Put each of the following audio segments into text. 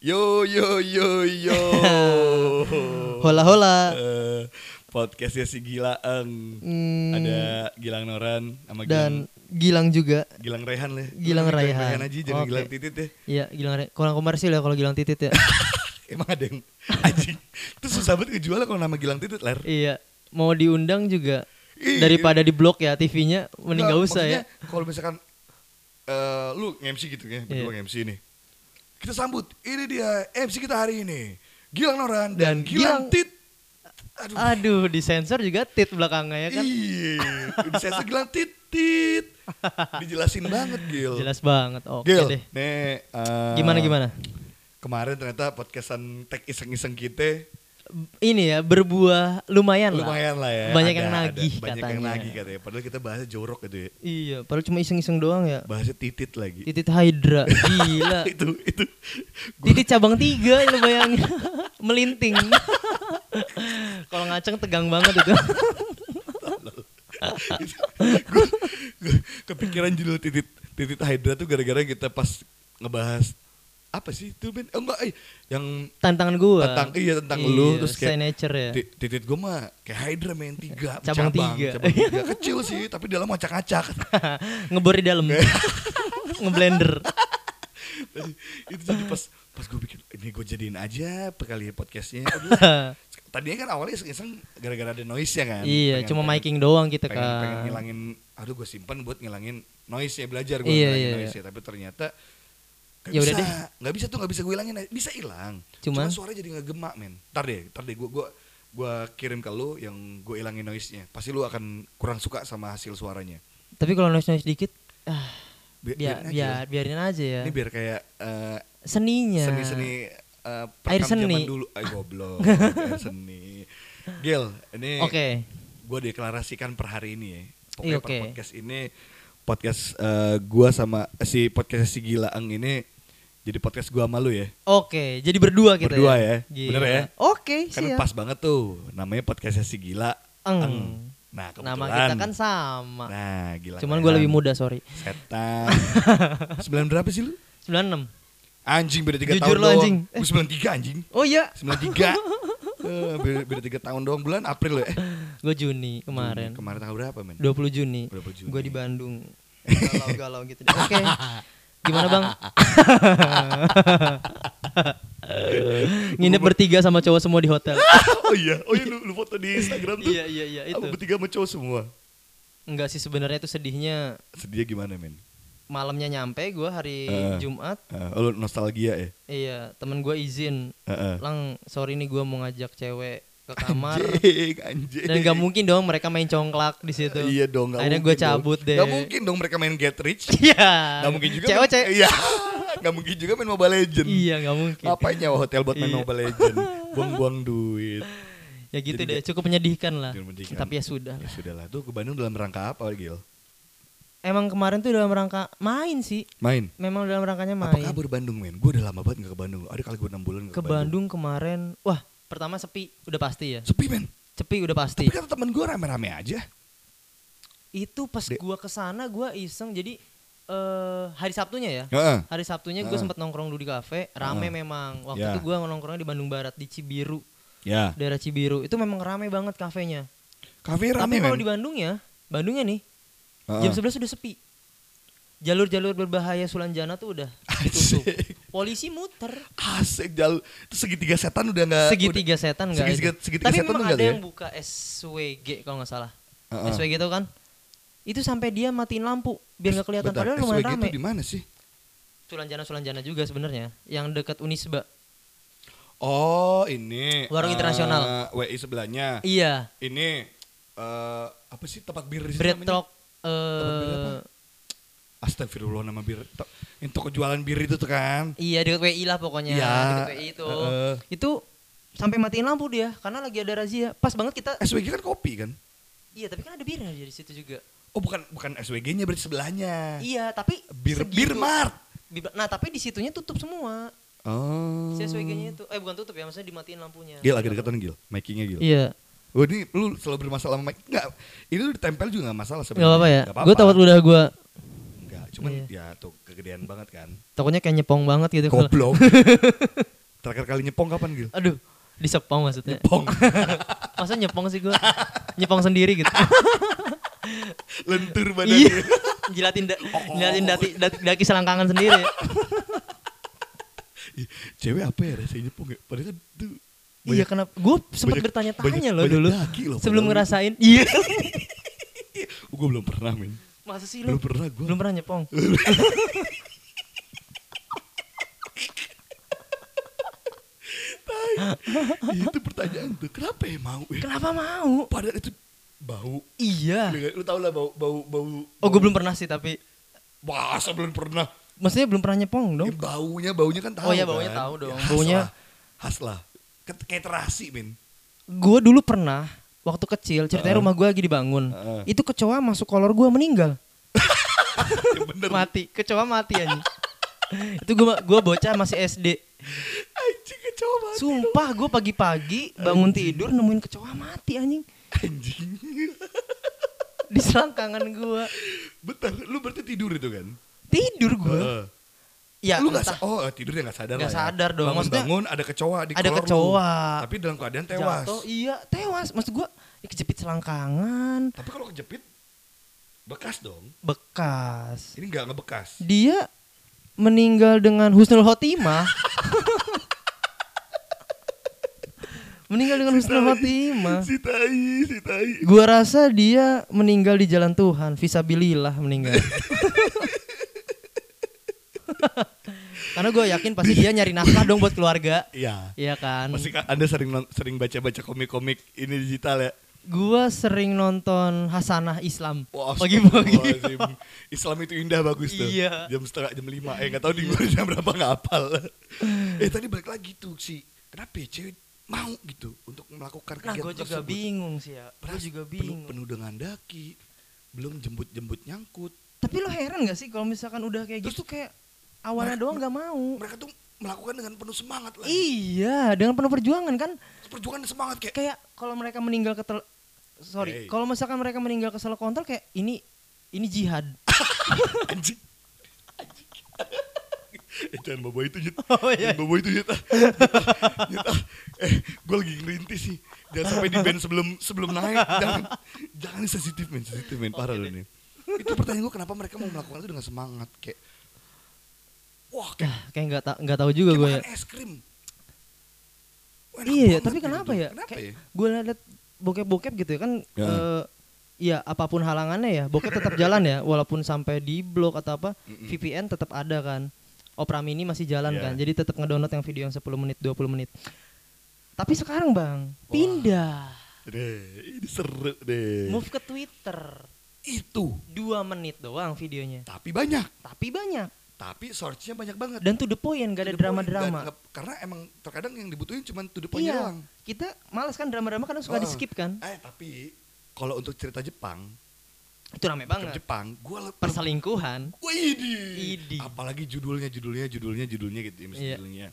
Yo yo yo yo. Oh. Hola hola. Eh, podcastnya si Gila Eng. Hmm, Ada Gilang Noran sama dan Gilang juga. Gilang, Gilang Rehan lah. Gilang Raihan. Rehan aja jadi Oke. Gilang Titit ya. Iya, Gilang Re- kurang komersil ya kalau Gilang Titit ya. Emang ada yang anjing. Terus susah banget ngejual kalau nama Gilang Titit ler. iya, mau diundang juga Ih, daripada di blok ya TV-nya mending Nggak, gak usah ya. maksudnya Kalau misalkan eh, lu MC gitu ya, berdua Iya. MC nih. Kita sambut, ini dia MC kita hari ini. Gilang Noran dan, Dan Gilang, Gilang- Tit. Aduh. Aduh, disensor juga tit belakangnya ya kan. Iya. Udah saya Gilang Tit Tit. Dijelasin banget Gil. Jelas banget. Oke Gil, deh. nih eh, Gimana gimana? Kemarin ternyata podcastan tag iseng-iseng kita Ini ya berbuah lumayan, lumayan lah ya. Banyak yang Ada- ada- nagih Banyak katanya. yang nagih katanya. Padahal kita bahasnya jorok gitu ya. Iya, padahal cuma iseng-iseng doang ya. Bahasnya titit lagi. Titit Hydra, gila. itu itu Gua- Titik cabang tiga lu bayangin melinting. Kalau ngaceng tegang banget itu. gue kepikiran judul titit titit hydra tuh gara-gara kita pas ngebahas apa sih itu Ben? Oh, enggak eh, yang Tantangan gua. tentang iya tentang lu terus kayak signature ya. "Ti- titit gue mah kayak hydra main tiga Cabang tiga. cabang tiga. kecil sih tapi dalam acak-acak Ngebor di dalam. Ngeblender. itu jadi pas pas gue bikin ini gue jadiin aja kali ya podcastnya Udah lah. tadinya kan awalnya iseng-iseng gara-gara ada noise ya kan iya, Pengen- cuma pengen- miking doang kita pengen, pengen kan. ngilangin aduh gue simpan buat ngilangin noise ya belajar gue Iya, ngilangin iya, noise ya tapi ternyata nggak Ya bisa udah deh. nggak bisa tuh nggak bisa gue hilangin bisa hilang Cuman? suara jadi nggak gemak men ntar deh ntar deh gue gue gue kirim ke lu yang gue hilangin noise nya pasti lu akan kurang suka sama hasil suaranya Tapi kalau noise noise dikit ah, Bi- biarin biar, aja. biar biarin aja ya. ini biar kayak eh, Seninya. seni-seni eh, Iya. Air perekam seni. zaman dulu ay goblok air seni Gil ini Oke. gue deklarasikan per hari ini ya. Iya, Pokoknya per oke. podcast ini podcast eh, gua sama si podcast si Gila Eng ini jadi podcast gua sama lu ya. Oke, jadi berdua kita Berdua ya. ya. Gila. Bener ya? Oke, Karena siap. pas banget tuh namanya podcast si Gila Iya. Eng. Eng. Nah, kebetulan. Nama kita kan sama. Nah, gila. Cuman gue lebih muda, sorry. Setan. 9 berapa sih lu? 96. Anjing beda 3 tahun Jujur lu, doang. anjing. Gua 93 anjing. Oh iya, 93. Eh, beda, beda 3 tahun doang bulan April lu ya. Eh, gue Juni kemarin. Kemarin tanggal berapa, men? 20 Juni. 20 Juni. Gue di Bandung. Galau-galau gitu. deh. Oke. Gimana bang? Nginep bertiga sama cowok semua di hotel. oh iya, oh iya lu, lu foto di Instagram tuh. iya iya iya Apa itu. bertiga sama cowok semua? Enggak sih sebenarnya itu sedihnya Sedihnya gimana men? malamnya nyampe gue hari Eh. Jumat. Eh, oh, lu nostalgia ya? Iya temen gue izin. Heeh. Lang sorry nih gue mau ngajak cewek ke kamar. Eh. Anjing, anjing. Dan gak mungkin dong mereka main congklak di situ. Iya dong, gak Akhirnya mungkin gue cabut dong. deh. Gak mungkin dong mereka main Get Rich. Iya. Gak mungkin juga. Cewek main- cewek. Iya. Gak mungkin juga main Mobile Legend. Iya gak mungkin. Ngapain nyawa hotel buat main Iya. Mobile Legend? Buang-buang duit. Ya gitu Jadi deh, cukup menyedihkan lah. Cukup menyedihkan. Tapi ya sudah. Ya lah. sudah lah, tuh ke Bandung dalam rangka apa Gil? Emang kemarin tuh dalam rangka main sih. Main. Memang dalam rangkanya Apa main. kabar Bandung men? Gue udah lama banget gak ke Bandung. Ada kali gue 6 bulan gak Ke Bandung kemarin, wah pertama sepi udah pasti ya. Sepi men. Sepi udah pasti. Tapi kan kata temen gue rame-rame aja. Itu pas Dek. gua kesana gua iseng jadi eh hari Sabtunya ya. Heeh. Hari Sabtunya gue Heeh. sempet nongkrong dulu di kafe, Heeh. rame memang. Ah. Ya. Waktu itu gua nongkrongnya di Bandung Barat di Cibiru, Ya. daerah Cibiru. Itu memang rame banget kafenya. Kafe Tapi rame men. kalau di Bandung ya, Bandungnya nih Heeh. jam 11 sudah sepi. Jalur-jalur berbahaya Sulanjana tuh udah ditutup. Asik. Polisi muter. Asik jalur Terus segitiga setan Eh, udah nggak Segitiga setan enggak? segitiga- segitiga Tapi setan memang nggak ada tuh ya? yang buka SWG kalau nggak salah. Heeh. SWG itu kan. Itu sampai dia matiin lampu biar nggak kelihatan Bentar, padahal lumayan SWG rame. itu di mana sih? Sulanjana-Sulanjana juga sebenarnya yang Ah. dekat Unisba. Oh, ini Warung eh, internasional. WI sebelahnya. Iya, Ini eh apa sih tempat bir di situ Bread namanya? Talk Tempat bir apa? eh Astagfirullah nama bir. to- Ini toko jualan bir itu tuh kan. iya dekat WI lah pokoknya, Iya, dekat WI itu. heeh. Itu sampai matiin lampu dia karena lagi ada razia. Pas banget kita SWG kan kopi kan? Iya, tapi kan ada birnya di situ juga. Oh, bukan bukan SWG-nya berarti sebelahnya. Iya, tapi Bir segitu- bir mart. Bi- Nah, tapi di situnya tutup semua. Oh. Si SWG-nya itu eh bukan tutup ya, maksudnya dimatiin lampunya. Gil agak deketan Gil, mic-nya Gil. Iya. Oh ini lu selalu bermasalah sama mic. Enggak, ini lu ditempel juga gak masalah Gak apa-apa ya. Nggak Gue takut udah gue Enggak, Cuman Iya. ya tuh kegedean banget kan. Takutnya kayak nyepong banget gitu kalau. Goblok. Terakhir kali nyepong kapan Gil? Aduh, disepong maksudnya. Pong. Masa nyepong sih gue? nyepong sendiri gitu. Lentur Iya. badannya. jilatin da- jilatin dati, dati- daki selangkangan sendiri. Ih, Cewek apa ya rasanya nyepong ya? Padahal kan tuh iya, banyak- kenapa? Gue sempat banyak- bertanya-tanya banyak- loh banyak dulu. daki loh, sebelum padahal. ngerasain. Iya. Gue belum pernah men. Masa sih lu? Belum pernah gue. Iya. Belum pernah nyepong. Iya, itu pertanyaan tuh. Kenapa ya mau ya? Kenapa mau? Padahal itu bau. Iya. Lu tau lah bau bau bau. Oh, gue belum pernah sih tapi Masa belum pernah. maksudnya belum pernah nyepong dong. Eh, baunya baunya kan tahu. Oh iya, kan? baunya tahu dong. Ya, khas Baunya- lah. khas lah. Ket- Kayak terasi men. Gue dulu pernah waktu kecil ceritanya Heeh. rumah gue lagi dibangun. Heeh. Itu kecoa masuk kolor gue meninggal. Ya bener. Mati, kecoa mati anjing. itu gue gua bocah masih SD. Anjing kecoa mati. Sumpah gue pagi-pagi bangun tidur nemuin kecoa mati anjing Anjing. di selangkangan gue. Bentar, lu berarti tidur itu kan? Tidur gue. Heeh. Ya, lu nggak entah. sa- oh tidurnya nggak sadar lah Nggak ya. sadar dong, bangun maksudnya bangun ada kecoa di ada kolor lu. kecoa. tapi dalam keadaan tewas Jatuh, iya, tewas. Maksud gue kejepit selangkangan, tapi kalau kejepit bekas dong bekas. ini nggak ngebekas Dia meninggal dengan husnul khotimah. meninggal dengan husnul khotimah. si tai si tai Gua rasa dia meninggal di jalan Tuhan, visabilillah meninggal. Karena gue yakin pasti dia nyari nafkah dong buat keluarga. Iya. Iya kan. Pasti ka- Anda sering non- sering baca-baca komik-komik ini digital ya. Gua sering nonton Hasanah Islam. Wah, Pagi-pagi. astagfirullahaladzim. Islam itu indah bagus tuh. Iya. Jam setengah jam lima. Eh nggak tahu di gua jam berapa nggak hafal. eh tadi balik lagi tuh si kenapa ya cewek mau gitu untuk melakukan Nah, kegiatan gue juga tersebut? bingung sih ya. Gue Beras juga penuh- bingung. Penuh, dengan daki, belum jembut-jembut nyangkut. Tapi lo heran gak sih kalau misalkan udah kayak Terus- gitu kayak awalnya doang gak mau. Mereka tuh melakukan dengan penuh semangat lagi. Iya, dengan penuh perjuangan kan Perjuangan semangat kayak kayak kalau mereka meninggal ke tel- sorry Hey. kalau misalkan mereka meninggal ke salah kontrol kayak ini ini jihad anjing. Anjing. Eh, jangan bawa itu Yud. Oh, iya. Jangan bawa itu Yud. ah. Yud, ah. Eh, gue lagi ngerintis sih. Jangan sampai di band sebelum sebelum naik. Jangan, jangan sensitif men, sensitif men. Parah loh ini. Itu pertanyaan gue kenapa mereka mau melakukan itu dengan semangat kayak Wah, kayak Dah, kayak nggak ta- nggak tahu juga kayak gue Ah, ya. makan es krim. Wah, enak iya banget tapi gitu kenapa tuh. ya Kenapa kayak ya? gue liat bokep-bokep gitu ya kan Ya. eh, ya apapun halangannya ya bokep tetap jalan ya walaupun sampai di blok atau apa VPN tetap ada kan Opera Mini masih jalan Iya. kan jadi tetap ngedownload yang video yang 10 menit 20 menit tapi sekarang bang pindah Deh, ini seru deh. move ke Twitter Itu, dua menit doang videonya tapi banyak. tapi banyak Tapi search-nya banyak banget. dan to the point gak To the ada point, drama-drama nggak- nggak- Karena emang terkadang yang dibutuhin cuma to the point iya doang. kita malas kan drama-drama kadang suka di Heeh. skip kan Eh, tapi kalau untuk cerita Jepang, itu rame ke banget Jepang, gua le- perselingkuhan Wah, ini. Idi. Apalagi judulnya, judulnya, judulnya, judulnya gitu. ya, misalnya Iya. judulnya.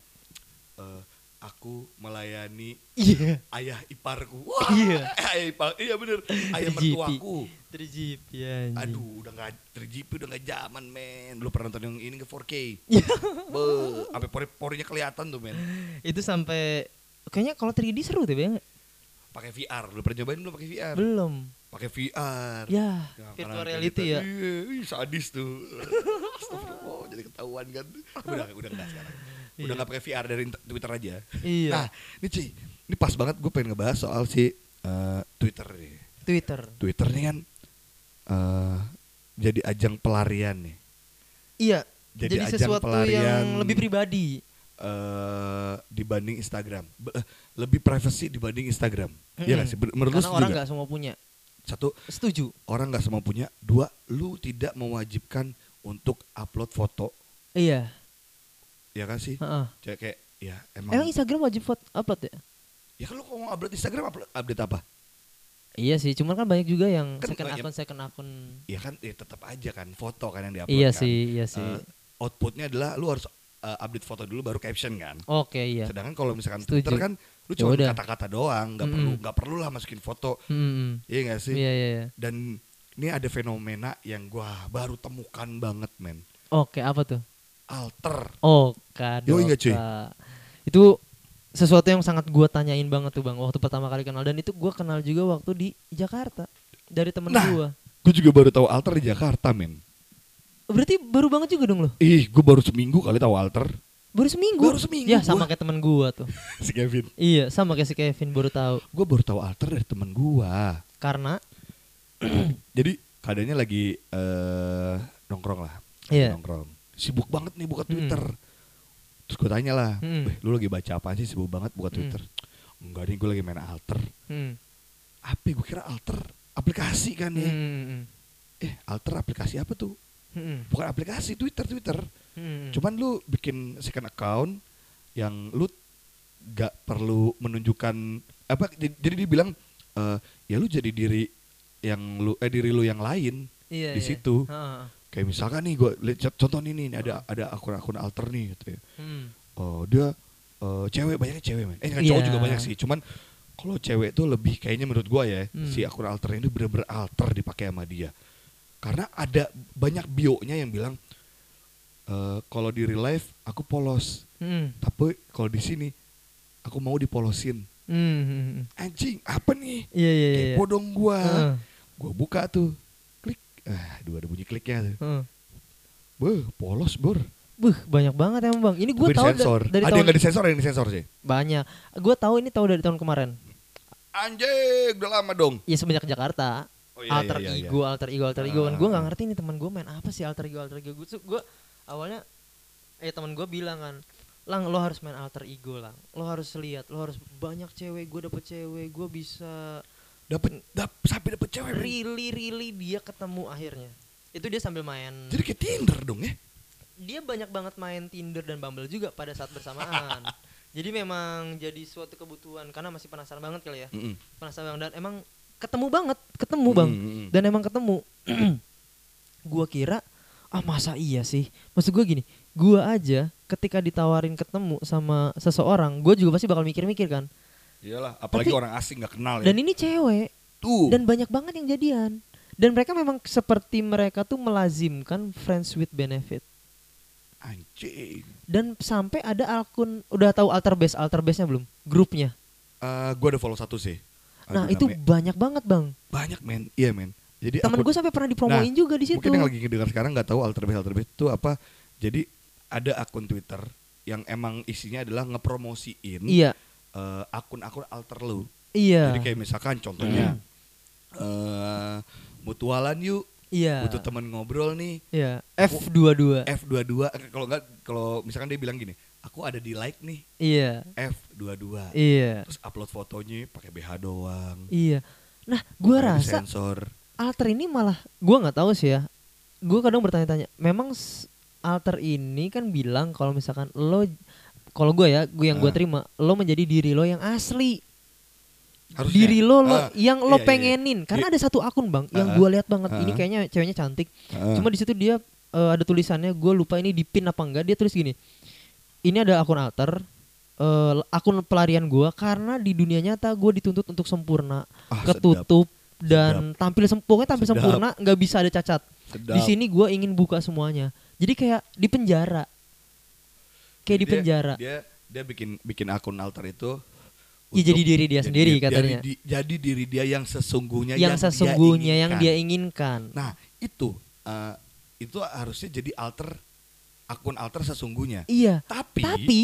eh, aku melayani iya ayah iparku. Wah, Iya. ayah ipar, iya bener. Ayah 3GP. mertuaku. 3GP anjing. Aduh, udah nggak 3GP udah nggak zaman, men. Lu pernah nonton yang ini ke 4K? Iya. Be, sampai pori-porinya kelihatan tuh, men. itu sampai kayaknya kalau 3D seru tuh Bang. Kan? Pakai VR, lu pernah nyobain belum pakai VR? belum Pakai VR. ya Nah, karena virtual reality kita- ya Iya, ih, sadis tuh. Astagfirullah, jadi ketahuan kan. Tapi udah udah enggak sekarang. Udah Iya. nggak pakai VR dari int- Twitter aja. Iya. Nah, ini Ci, ini pas banget gue pengen ngebahas soal si eh, Twitter nih. Twitter Twitter nih kan eh jadi ajang pelarian nih. iya Jadi jadi, ajang sesuatu pelarian- yang lebih pribadi eh dibanding Instagram. Be- eh, lebih privacy dibanding Instagram. Iya Mm-mm. nggak sih? Menurut lu karena setuju orang nggak? nggak semua punya Satu, setuju orang nggak semua punya. Dua, lu tidak mewajibkan untuk upload foto. iya Ya kan sih? Heeh. Kayak, kayak ya emang. emang Instagram wajib foto upload ya ya kan lu kalau mau upload Instagram upload update apa? Iya sih, cuman kan banyak juga yang Kan second banyak. akun second akun. Ya kan ya tetap aja kan foto kan yang diupload Iya kan. sih, iya Eh, sih. outputnya adalah lu harus eh, update foto dulu baru caption kan. Oke, iya. Sedangkan kalau misalkan Setuju. Ya Hmm. Twitter kan lu cuma Yaudah. kata-kata doang, nggak Mm-mm. perlu nggak perlu lah masukin foto. Hmm, Iya nggak sih? Iya, iya, iya. Dan ini ada fenomena yang gua baru temukan banget men Oke, apa tuh? alter Oh, kado. Yoi nggak, cuy? Pak. Itu sesuatu yang sangat gua tanyain banget tuh, Bang. Waktu pertama kali kenal dan itu gua kenal juga waktu di Jakarta dari temen Nah. gua. gue juga baru tahu alter di Jakarta men Berarti baru banget juga dong lo. ih gue baru seminggu kali tahu alter Baru seminggu. Baru seminggu Ya, sama gua. kayak temen gua tuh. si Kevin iya, sama kayak si Kevin baru tahu. gue baru tahu alter dari teman gua Karena jadi keadaannya lagi eh nongkrong lah Iya. nongkrong sibuk banget nih buka Mm. Twitter terus gue tanya lah Mm. "Beh, lu lagi baca apa sih sibuk banget buka Mm. Twitter enggak nih gue lagi main alter hmm, apa gue kira alter aplikasi kan hmm, ya hmm, hmm, eh alter aplikasi apa tuh hmm, bukan aplikasi Twitter Twitter hmm. cuman lu bikin second account yang lu gak perlu menunjukkan apa j- jadi dia bilang eh, ya lu jadi diri yang lu eh diri lu yang lain Iya, di iya. situ. Ha, ha. kayak misalkan nih gue contoh nih, nih nih ada ada akun-akun alter nih gitu ya. Hmm. Oh, dia eh, cewek banyaknya cewek men. Eh kan Iya. cowok juga banyak sih. Cuman kalau cewek tuh lebih kayaknya menurut gua ya Hmm. si akun alter ini bener-bener alter dipakai sama dia. Karena ada banyak bio-nya yang bilang eh kalau di real life aku polos, Hmm. tapi kalau di sini aku mau dipolosin. Hmm, hmm, hmm. Anjing, apa nih? Iya, iya, iya. Kepo dong gua. Heeh, Gua buka tuh. Klik. Ah, dua ada bunyi kliknya tuh. heeh. Beuh, polos, Bor. Buh, banyak banget emang bang. Ini gue Tapi tahu da- disensor. dari ada tahun yang nggak disensor, ada yang disensor sih. banyak. Gue tahu ini tahu dari tahun kemarin. Anjing, udah lama dong. Ya semenjak Jakarta. Oh, alter ego, alter ego, alter ego. Ah. Gue nggak ngerti nih teman gue main apa sih alter ego, alter ego. Gue gua awalnya eh teman gue bilang kan, lang lo harus main alter ego lang. Lo harus lihat, lo harus banyak cewek. Gue dapet cewek, gue bisa Dapat, dap, sampai dapat cewek. men. really really dia ketemu akhirnya. Itu dia sambil main. Jadi kayak Tinder dong ya. Dia banyak banget main Tinder dan Bumble juga pada saat bersamaan. Jadi memang jadi suatu kebutuhan karena masih penasaran banget kali ya. Mm-mm. penasaran banget. dan emang ketemu banget, ketemu bang, Mm, mm, mm. dan emang ketemu. gua kira ah masa iya sih, maksud gua gini, gua aja ketika ditawarin ketemu sama seseorang, gua juga pasti bakal mikir-mikir kan. Iyalah, apalagi Tapi- orang asing nggak kenal ya. Dan ini cewek Tuh. dan banyak banget yang jadian. Dan mereka memang seperti mereka tuh melazimkan friends with benefit. Anjing. Dan sampai ada akun udah tahu alter base, alter base-nya belum? Grupnya. Eh, gua ada follow satu sih. Nah, Aduh, itu namanya- banyak banget, Bang. banyak men. Iya men. Jadi Temen aku- gue sampai pernah dipromoin juga di situ. Mungkin yang Nah, lagi dengar sekarang nggak tahu alter base alter base itu apa. Jadi ada akun Twitter yang emang isinya adalah ngepromosiin Iya. eh, akun-akun alter lu. Iya. Jadi kayak misalkan contohnya eh mutualan yuk, Iya. butuh teman ngobrol nih. Iya. F22. F22 eh, kalau enggak kalau misalkan dia bilang gini, aku ada di like nih Iya. F22. Iya. Terus upload fotonya pakai BH doang. Iya. Nah, Nggak gua ada rasa sensor. alter ini malah gua nggak tahu sih ya. Gua kadang bertanya-tanya, memang s- alter ini kan bilang kalau misalkan lo kalau gue ya, gue yang gue Ah. terima, lo menjadi diri lo yang asli, Harusnya. diri lo, lo Ah, yang iya, lo iya, iya. pengenin. Karena Iya. ada satu akun bang, yang Ah. gua lihat banget, ini Ah. kayaknya ceweknya cantik. Ah. Cuma di situ dia eh, ada tulisannya, gue lupa ini di pin apa enggak. Dia tulis gini, ini ada akun alter, eh, akun pelarian gua karena di dunia nyata gue dituntut untuk sempurna, Ah, ketutup dan tampil sem pokoknya tampil Sedap. sempurna, nggak bisa ada cacat. Sedap. Di sini gua ingin buka semuanya. Jadi kayak di penjara, kayak Jadi di penjara. Dia, dia dia bikin bikin akun alter itu Ya, jadi diri dia sendiri katanya. Jadi, di- jadi diri dia yang sesungguhnya yang dia sesungguhnya yang inginkan. dia inginkan. Nah, itu eh, itu harusnya jadi alter akun alter sesungguhnya. iya. Tapi, Tapi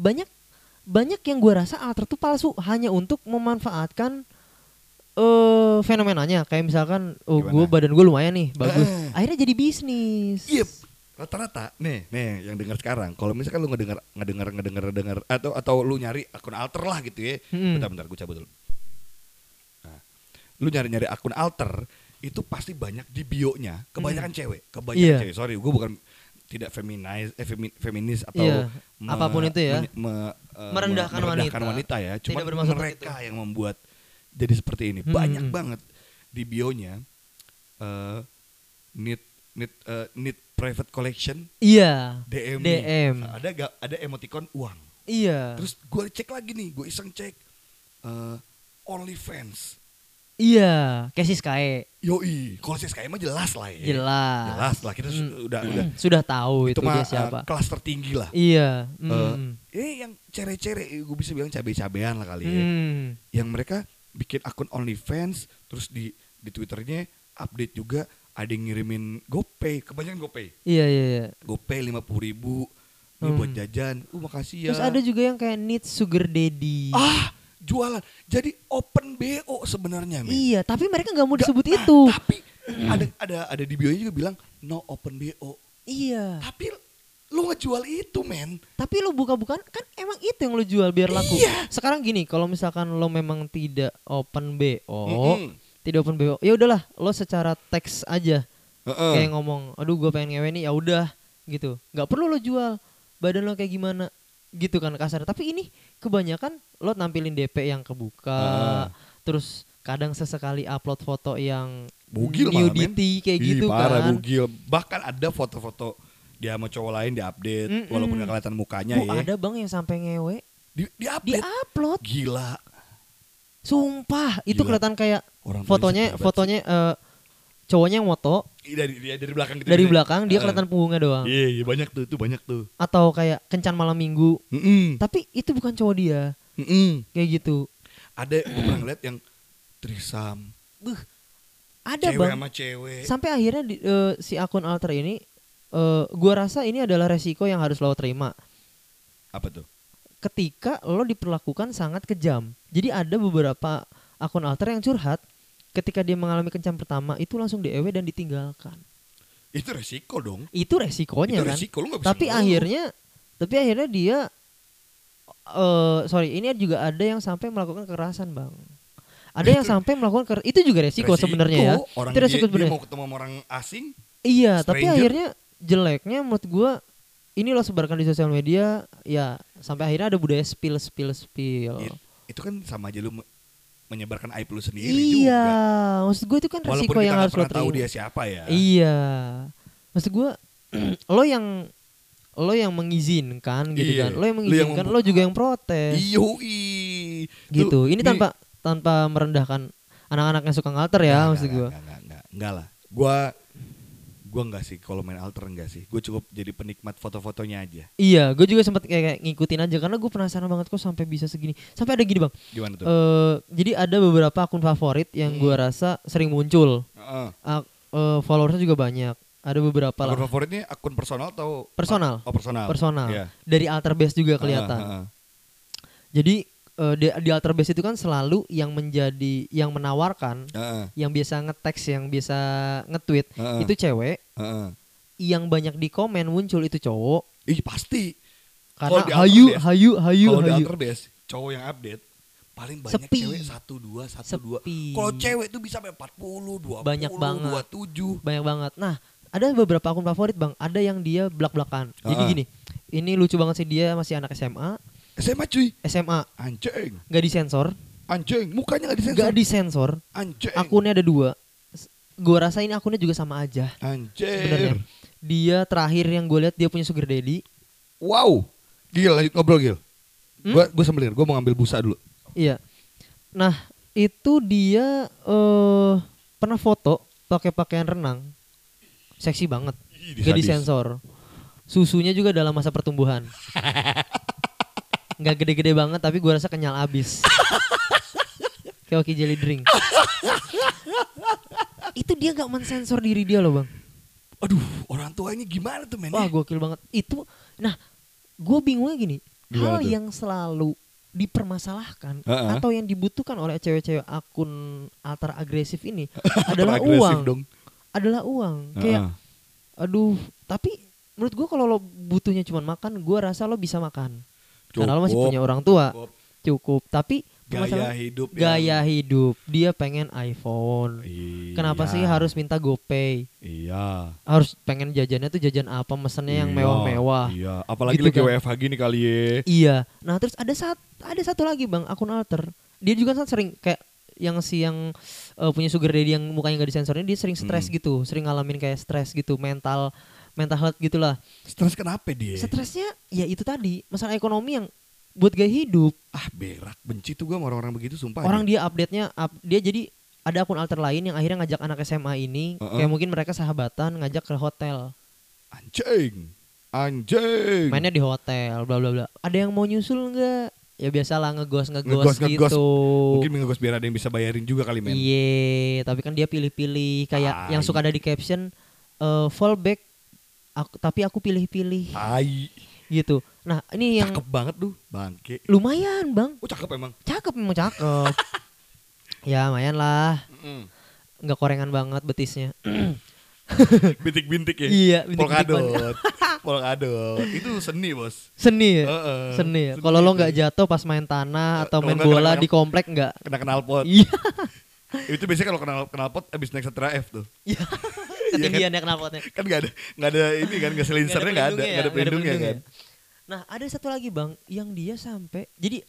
banyak banyak yang gue rasa alter tuh palsu hanya untuk memanfaatkan eh fenomenanya kayak misalkan oh Gimana? gue badan gue lumayan nih bagus Eh. akhirnya jadi bisnis Yep. Rata-rata nih, nih yang dengar sekarang. Kalau misalkan lu ngedengar ngedengar ngedengar ngedengar atau atau lu nyari akun alter lah gitu ya. Mm-mm. Bentar-bentar gue cabut dulu. Nah, lu nyari-nyari akun alter itu pasti banyak di bio-nya, kebanyakan cewek, kebanyakan Iya. cewek. Sorry, gue bukan tidak feminis eh, femi- feminis atau Iya, apapun itu ya. men- me- eh, Merendahkan merendahkan wanita. wanita. ya. Tidak Cuma bermaksud mereka yang membuat jadi seperti ini. Mm-mm. Banyak banget di bio-nya eh, need need eh, need private collection iya DM nih. Kan? DM ada gak ada emoticon uang iya terus gue cek lagi nih gue iseng cek eh, OnlyFans Iya, Casey Sky Yoi, kalau si SKM mah jelas lah ya. jelas. Jelas lah, kita su- Mm, udah mm, udah sudah tahu itu, itu mah dia siapa. uh, kelas tertinggi lah. iya. mm, Eh, ini yang cere-cere, gue bisa bilang cabe-cabean lah kali ya. mm. Yang mereka bikin akun OnlyFans, terus di di Twitternya update juga ada yang ngirimin GoPay, kebanyakan GoPay. Iya iya. iya. GoPay lima puluh ribu, ini Hmm. buat jajan. Uh makasih ya. Terus ada juga yang kayak need sugar daddy. ah jualan. Jadi open BO sebenarnya. men. iya, tapi mereka nggak mau Nggak- disebut nah, itu. Tapi ada ada ada di bio juga bilang no open BO. Iya. Tapi lu ngejual itu men. Tapi lo buka-bukaan kan emang itu yang lo jual biar laku. Iya. Sekarang gini, kalau misalkan lo memang tidak open BO, Mm-mm. tidak open BO, ya udahlah, lo secara teks aja Heeh. kayak ngomong, aduh gue pengen ngewe nih, ya udah gitu. Nggak perlu lo jual badan lo kayak gimana gitu kan kasar. Tapi ini kebanyakan lo nampilin DP yang kebuka, Ah. terus kadang sesekali upload foto yang Bugil malah, men. nudity kayak Ih, gitu parah, kan. bugil. Bahkan ada foto-foto dia sama cowok lain diupdate Mm-mm. walaupun gak kelihatan mukanya Bu, ya. ada bang yang sampai ngewe Di, diupdate. di-upload. Gila. Sumpah, itu Gila. kelihatan kayak Orang Malaysia fotonya hebat fotonya eh, cowoknya yang moto Ih, dari dia dari belakang gitu. dari gitu. belakang dia Heeh. kelihatan punggungnya doang. Iya, iya, banyak tuh, itu banyak tuh. Atau kayak kencan malam minggu, Mm-mm. tapi itu bukan cowok dia Mm-mm. kayak gitu. Ada gue pernah ngeliat yang trisam, Beuh, ada cewek bang. sama cewek. Sampai akhirnya di- eh, si akun alter ini, eh, gua rasa ini adalah resiko yang harus lo terima. Apa tuh? ketika lo diperlakukan sangat kejam. Jadi ada beberapa akun alter yang curhat ketika dia mengalami kencan pertama itu langsung di dan ditinggalkan. Itu resiko dong. Itu resikonya itu kan. resiko lu gak Oh, bisa. Tapi ngeluh. akhirnya tapi akhirnya dia eh sorry, ini juga ada yang sampai melakukan kekerasan, Bang. Ada yang sampai melakukan ker- itu juga resiko, sebenarnya ya. Eh, Orang itu resiko dia, dia sebenarnya. mau ketemu sama orang asing, Iya, tapi stranger. akhirnya jeleknya menurut gua ini lo sebarkan di sosial media ya sampai akhirnya ada budaya spill spill spill. ya, itu kan sama aja lu me- menyebarkan aib lu sendiri Iya, juga. maksud gue itu kan Walaupun resiko kita yang nggak harus lo pernah tahu terima. dia siapa ya. Iya, maksud gue lo yang lo yang mengizinkan gitu Iya, kan, lo yang lo yang mengizinkan, membuka. lo Iya, juga yang protes Iyoi. gitu. Ini tanpa tanpa merendahkan anak-anak yang suka ngalter ya maksud gue. Enggak, enggak, enggak, enggak lah. Gua gua enggak sih kalau main alter enggak sih. Gue cukup jadi penikmat foto-fotonya aja. Iya, gue juga sempat kayak, kayak ngikutin aja karena gue penasaran banget kok sampai bisa segini. Sampai ada gini bang, Gimana tuh? Eh jadi ada beberapa akun favorit yang Iya. gue rasa sering muncul, Heeh. Ah, eh, followersnya juga banyak. Ada beberapa Akun lah. favoritnya akun personal atau Personal. Oh, personal. personal Iya. Ah, dari alter base juga kelihatan. Heeh, heeh. Jadi eh, di, di alter base itu kan selalu yang menjadi yang menawarkan, Heeh, yang biasa ngeteks, yang biasa nge-tweet Heeh. itu cewek, heeh. yang banyak di komen muncul itu cowok Ih, pasti. karena Kalau di alter hayu, base- hayu hayu Kalau di hayu alter base, cowok yang update paling banyak Iya, Sepi. cewek satu dua satu dua. Sepi. Kalau cewek tuh bisa sampai 40, 20, Banyak banget. 27. Banyak banget. Nah, ada beberapa akun favorit, Bang. Ada yang dia belak-belakan. Jadi Heeh. gini, ini lucu banget sih dia masih anak SMA, SMA cuy, SMA anjing, nggak disensor, anjing, mukanya gak disensor. nggak disensor. anjing. Akunnya ada dua. S- Gua rasa ini akunnya juga sama aja. Eh. sebenarnya. Anjir. Dia terakhir yang gue lihat dia punya sugar daddy. Wow. Gil lanjut ngobrol Gil. Hmm? Gua gua sembelir, gua mau ngambil busa dulu. Iya. Nah, itu dia eh pernah foto pakai pakaian renang. Seksi banget. Ih, Gak sadis. disensor. Susunya juga dalam masa pertumbuhan. Gak gede-gede banget tapi gue rasa kenyal abis. Kayak Oki jelly drink. itu dia gak mensensor diri dia loh bang. Aduh, orang tuanya gimana tuh men? Wah gokil banget Itu Nah Gue bingungnya gini Gimana Hal tuh? yang selalu Dipermasalahkan Heeh. Atau yang dibutuhkan oleh cewek-cewek akun Alter agresif ini Alter Adalah agresif uang dong. Adalah uang Kayak Aduh Tapi Menurut gue kalau lo butuhnya cuma makan Gue rasa lo bisa makan Karena lo masih Cukup. punya orang tua Cukup. Cukup Tapi gaya permasalahan- hidup Gaya yang- hidup Dia pengen iPhone Iya. Kenapa sih harus minta GoPay Iya. harus pengen jajannya tuh jajan apa mesennya yang Iya, mewah-mewah Iya, apalagi Gitu lagi kan. WFH gini kali ya. Iya. Nah terus ada saat ada satu lagi bang akun alter. Dia juga kan sering kayak yang si yang eh, punya sugar daddy yang mukanya nggak disensornya dia sering stres gitu, sering ngalamin kayak stres gitu, mental mental health gitulah. Stres kenapa dia? Stresnya ya itu tadi masalah ekonomi yang buat gaya hidup. Ah, berak benci tuh gua sama orang-orang begitu sumpah. Orang dia. dia update-nya up, dia jadi ada akun alter lain yang akhirnya ngajak anak SMA ini Uh-uh. kayak mungkin mereka sahabatan ngajak ke hotel Anjing. Anjing. mainnya di hotel bla bla bla ada yang mau nyusul nggak ya biasalah ngegos Ngeghost, ngegos ngeghost. gitu Mungkin mengegos biar ada yang bisa bayarin juga kali men. Iya, tapi kan dia pilih-pilih kayak Ah, yang suka ada di caption eh fallback aku tapi aku pilih-pilih Tai. gitu. Nah, ini Ah. yang Cakep banget tuh, bangke. lumayan, Bang. Oh, cakep emang. Cakep memang cakep. ya, lumayan lah. Nggak korengan banget betisnya. Bintik-bintik ya. iya, bintik-bintik Polkadot. banget. Polkadot. Itu seni, Bos. Seni ya? Heeh. Seni ya. Kalau lo nggak jatuh pas main Eh, tanah atau kalau main nggak ya? bola kena- di komplek nggak? kena knalpot. Iya. Itu biasanya kalau kenal knalpot abis naik setra F tuh. Iya. Ketinggian ya knalpotnya. Kan gak ada nggak ada ini kan nggak selinsernya nggak ya, ada, nggak ada pelindungnya kan. Nah, ada satu lagi, Bang, yang dia sampai jadi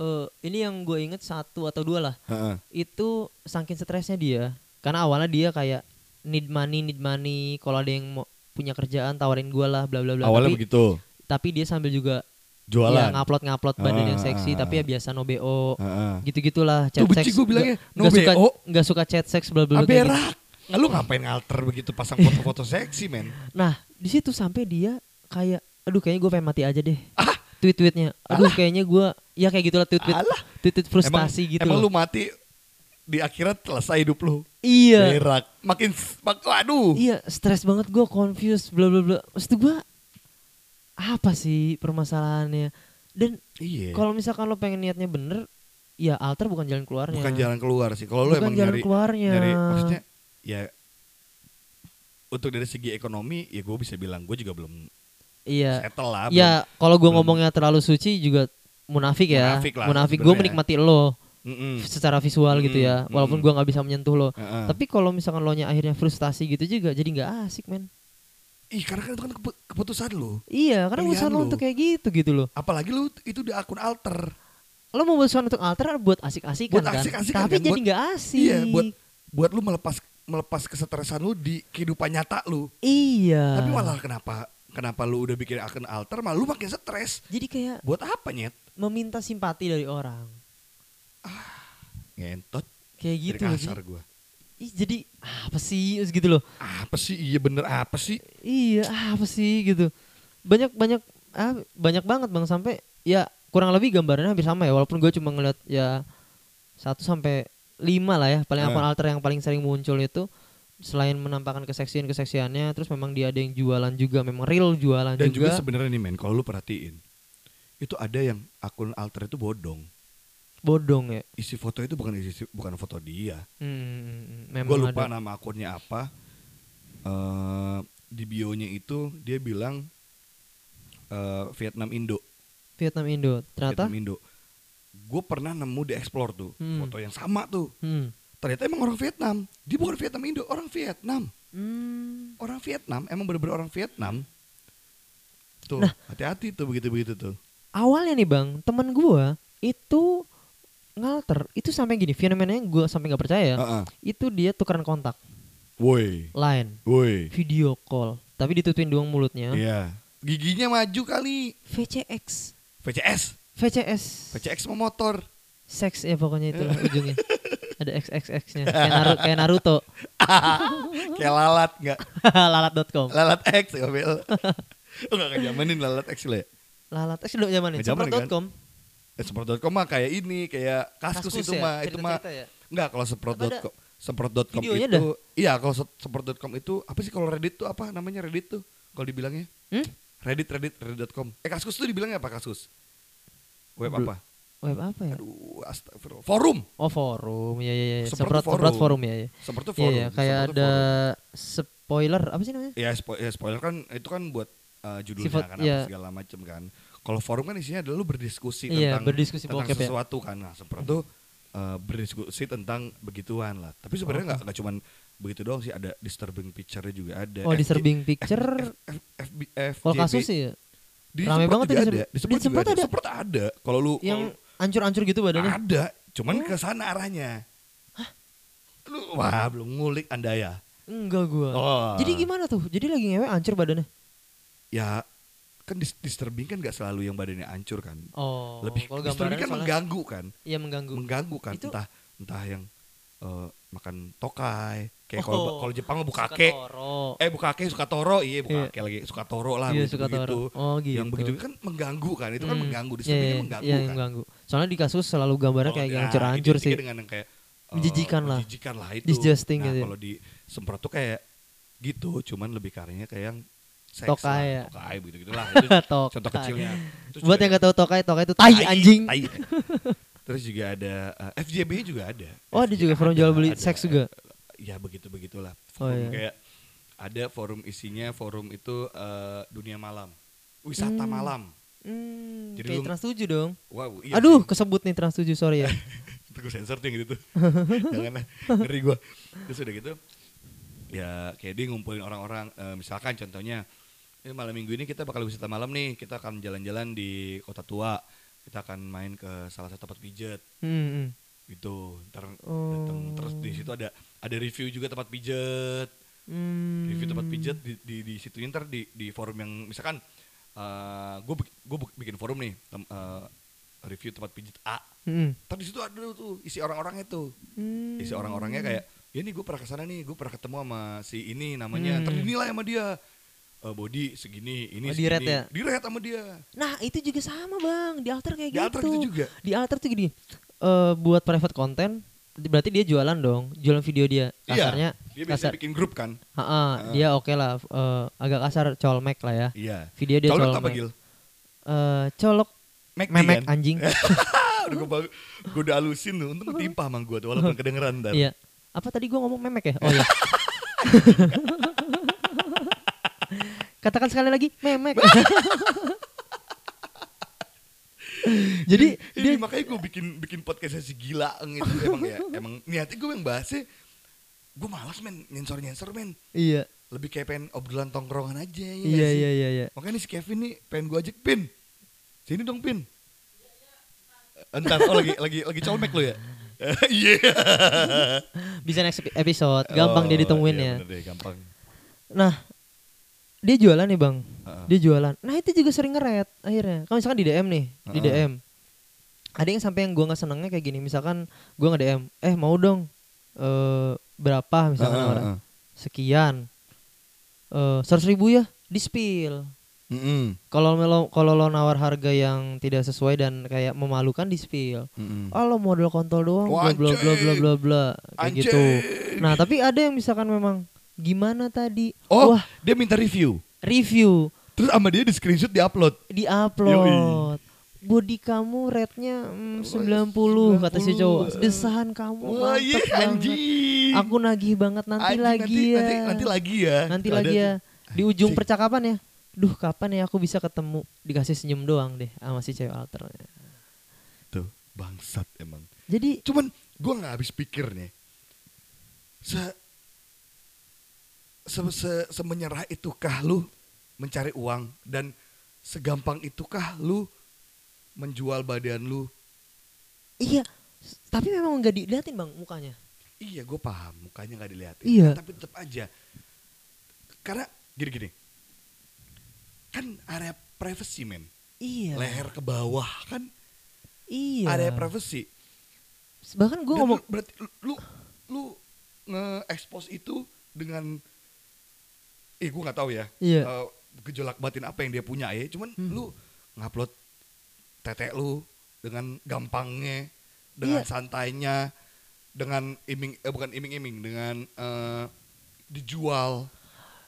eh, ini yang gue inget satu atau dua lah. Heeh. Itu saking stresnya dia, karena awalnya dia kayak need money, need money, kalau ada yang mau punya kerjaan tawarin gue lah bla bla bla. Awalnya tapi, iya, begitu. tapi dia sambil juga ya Jualan. ngupload ngupload badan yang Ah, seksi, ah, tapi ya ah. biasa no bo. Heeh. Gitu-gitulah Tuh chat benci seks. gua bilangnya, nggak- no nggak suka BO. nggak suka chat seks bla bla bla kayak gitu. Aberak. Nah, lu ngapain ngalter begitu pasang foto-foto seksi, men? Nah, di situ sampai dia kayak aduh kayaknya gue pengen mati aja deh. Tweet-tweetnya. Aduh kayaknya gue ya kayak gitulah tweet-tweet. Alah. Tweet-tweet frustasi emang, gitu. Emang loh. lu mati di akhirat selesai hidup lu. iya. Berak. Makin mak, waduh. Iya, stres banget gue, confused bla bla bla. Maksud gue apa sih permasalahannya? Dan Iya. kalau misalkan lo pengen niatnya bener, ya alter bukan jalan keluarnya. Bukan jalan keluar sih. Kalau lu Bukan emang jalan nyari keluarnya. nyari maksudnya ya untuk dari segi ekonomi ya gue bisa bilang gue juga belum Iya. settle lah. Ya, kalau gue belum- ngomongnya terlalu suci juga munafik ya. Munafik lah gue sebenarnya. Hmm. menikmati lo belum. Mm-mm. secara visual gitu Mm, ya. Walaupun mm. gue nggak bisa menyentuh lo. Heeh. Tapi kalau misalkan lo nya akhirnya frustasi gitu juga jadi nggak asik men. Ih karena kan itu kan kepu- keputusan lu. Iya, karena Pilihan usaha lo lo. untuk kayak gitu gitu loh. Apalagi lu t- itu di akun alter. Lo mau usaha untuk alter buat asik-asikan Buat kan. asik-asikan Tapi kan, jadi buat- nggak asik. Iya buat buat lu melepas melepas kesetresan lu di kehidupan nyata lu. Iya. Tapi malah kenapa kenapa lu udah bikin akun alter malah lu makin stres. Jadi kayak Buat apa nyet? meminta simpati dari orang. Ngentot. Kayak Jadi gitu. loh, kasar gue. Ji. Ih, jadi apa sih Terus gitu loh. Apa sih? Iya bener apa sih? Iya, apa sih gitu. Banyak banyak ah, banyak banget Bang sampai ya kurang lebih gambarnya hampir sama ya walaupun gue cuma ngeliat ya satu sampai lima lah ya paling Ya. akun alter yang paling sering muncul itu selain menampakkan keseksian keseksiannya terus memang dia ada yang jualan juga memang real jualan Dan juga, juga, sebenarnya nih men, kalau lu perhatiin itu ada yang akun alter itu bodong. bodong ya Isi foto itu bukan isi bukan foto dia. hmm, memang Gue lupa ada. nama akunnya apa. Eh di bionya itu dia bilang eh, Vietnam Indo. Vietnam Indo ternyata Vietnam Indo. Gue pernah nemu di Explore tuh Hmm. foto yang sama tuh. hmm. Ternyata emang orang Vietnam. Dia bukan Vietnam Indo, orang Vietnam. Hmm. Orang Vietnam, emang bener-bener orang Vietnam. Tuh, Nah. hati-hati tuh begitu-begitu tuh. awalnya nih bang teman gua itu ngalter itu sampai gini fenomenanya gua sampai nggak percaya Heeh. itu dia tukeran kontak Woi, lain woi. video call tapi ditutupin doang mulutnya Iya. Giginya maju kali. VCX VCS, VCS VCX mau motor. seks ya pokoknya itu ujungnya ada XXX nya kayak, Naru- kayak Naruto Kayak lalat nggak? lalat.com Lalat X ya, Bel. Enggak kejamanin lalat X lah ya. lalat X dulu zaman Nggak zaman kan? semprot.com Eh, Semprot.com mah kayak ini, kayak kaskus, Kaskus itu ya, mah, itu mah. cerita-cerita ya? Enggak, kalau semprot.com semprot.com videonya itu dah? iya kalau se- semprot.com itu apa sih kalau Reddit tuh apa namanya Reddit tuh kalau dibilangnya hmm? Reddit Reddit Reddit.com eh kaskus tuh dibilangnya apa kaskus web Bel- apa web apa ya aduh astagfirullah forum oh forum ya ya ya Semprot semprot forum. semprot forum ya ya Semprot tuh Iya, forum iya, kayak Semprot tuh ada forum. spoiler apa sih namanya Ya, spo- ya, spoiler kan itu kan buat uh, judulnya Sifat- kan iya. apa segala macem kan. Kalau forum kan isinya adalah lu berdiskusi Iya, tentang berdiskusi tentang bokep ya. sesuatu kan. Nah, seperti itu uh, berdiskusi tentang begituan lah. Tapi Oh, sebenarnya nggak nggak cuman begitu doang sih ada disturbing picture-nya juga ada. Oh, FJ disturbing picture. F- F- F- Kalau FJB. kasus sih ya, Di rame Semprot banget juga tuh di ada. Semprot. Di Semprot juga Di Semprot ada. ada. Semprot ada. Kalau lu yang Oh. kalau- ancur-ancur gitu badannya. ada, cuman ke sana arahnya. Lu wah belum ngulik Anda ya. Enggak gua. Oh. Jadi gimana tuh? Jadi lagi ngewe ancur badannya. Ya kan dis- disturbing kan nggak selalu yang badannya hancur kan. Oh. lebih kalau disturbing kan gambarannya soalnya- mengganggu kan Iya mengganggu. mengganggu kan Itu- entah entah yang eh, makan tokai kayak Oh. kalau kalau Jepang mah bukake eh bukake suka toro iya bukake lagi suka toro lah begitu, iya, suka toro. Oh gitu. yang begitu kan mengganggu kan itu kan Hmm, mengganggu di iya, sampingnya iya, mengganggu iya, kan mengganggu. Soalnya di kasus selalu gambarnya Kalau- kayak yang nah, hancur-hancur identiknya sih. dengan yang kayak eh, Menjijikan lah. menjijikan lah itu nah Disgusting gitu ya. kalau di semprot tuh kayak gitu cuman lebih karyanya kayak yang seks Tokai ya. lah, tokai begitu gitulah itu Tokai. contoh kecilnya Terus Buat juga yang ada gak tahu tokai, tokai itu tai anjing. tai. terus juga ada eh, FJB juga ada Oh, ada juga forum jual beli seks juga? ya begitu begitulah Oh, forum iya. kayak ada forum isinya forum itu eh, dunia malam wisata Hmm. malam Hmm, Jadi kayak lu- Trans 7 dong. wow iya Aduh, sih. kesebut nih Trans 7, sorry ya. Itu gue sensor tuh yang gitu tuh. Jangan lah, ngeri gue. Terus udah gitu, ya kayak dia ngumpulin orang-orang, eh, misalkan contohnya, "Eh, malam minggu ini kita bakal wisata malam nih, kita akan jalan-jalan di kota tua, kita akan main ke salah satu tempat pijet Hmm, hmm. gitu. Ntar Oh. datang terus di situ ada ada review juga tempat pijet, Hmm. review tempat pijet di di, di situ ntar di di forum yang misalkan eh, gue gue bikin forum nih tem- eh, review tempat pijet A. Hmm. Ntar di situ ada tuh isi orang-orangnya tuh Hmm. isi orang-orangnya kayak ya nih gue pernah kesana nih gue pernah ketemu sama si ini namanya Hmm. ternilai sama dia Eh, body segini ini Oh, segini di-rate ya? Di-rate sama dia Nah, itu juga sama, Bang. Di altar kayak Di gitu. altar gitu juga. Di altar tuh gini. eh, buat private content berarti dia jualan dong, jualan video dia. Kasarnya iya dia biasanya kasar. bikin grup kan Ha-ha, dia oke lah eh, agak kasar colmek lah ya. iya Video dia Kalau lu colmek. apa Gil? Eh, colok Mac memek kan? anjing. Ah, udah gue, gue udah alusin tuh untung ketimpa sama gue tuh walaupun kedengeran ntar Iya. Apa tadi gua ngomong memek ya? Oh iya. Katakan sekali lagi memek. Jadi dia Ini makanya gue bikin bikin podcastnya si gila Eng itu emang ya emang niatnya gue yang bahasnya gue malas men nyensor nyensor men iya lebih kayak pengen obrolan tongkrongan aja ya nggak iya sih? iya iya iya. Makanya nih si Kevin nih pengen gue ajak Pin. Sini dong Pin. Entar oh lagi lagi lagi colmek lu ya. Iya. Bisa next epi- episode, gampang dia ditemuin ya. ya. Bener deh, gampang. Nah, dia jualan nih bang, Heeh. dia jualan. Nah itu juga sering ngeret akhirnya. Kalau misalkan di DM nih, di Heeh. DM, ada yang sampai yang gua nggak senengnya kayak gini. Misalkan gua nggak DM, eh mau dong eh, berapa misalkan Heeh, orang heeh. sekian, seratus ribu ya, di spill. Mm-mm, Kalau lo kalau lo nawar harga yang tidak sesuai dan kayak memalukan di spill. mm-mm. Ah lo modal kontol doang Wah, bla bla bla bla bla bla kayak Anjing. gitu. Nah, tapi ada yang misalkan memang gimana tadi? Oh, Wah, dia minta review. review Terus sama dia di screenshot di upload. di-upload. Body kamu rate-nya mm, 90 kata si cowok. Desahan kamu Wah, iya mantep banget. anjing. Aku nagih banget nanti Anjing, lagi ya. Nanti, nanti lagi ya. Nanti Ada lagi tuh. ya. Di Anjing. ujung percakapan ya. Duh, kapan ya aku bisa ketemu? Dikasih senyum doang deh sama si cewek alter. Tuh, bangsat emang. Jadi cuman gue nggak habis pikir nih se se, se semenyerah itukah lu mencari uang dan segampang itukah lu menjual badan lu iya, s- tapi memang nggak diliatin Bang mukanya. iya gue paham mukanya nggak dilihat Iya. tapi tetap aja karena gini gini kan area privacy men Iya. leher ke bawah kan Iya. area privacy Bahkan gue Dan ngomong lu- berarti lu lu, lu nge-expose itu dengan eh gue nggak tahu ya Iya. eh, gejolak batin apa yang dia punya ya cuman Hmm. lu ngupload tetek lu dengan gampangnya dengan Iya. santainya dengan iming eh, bukan iming-iming dengan eh, dijual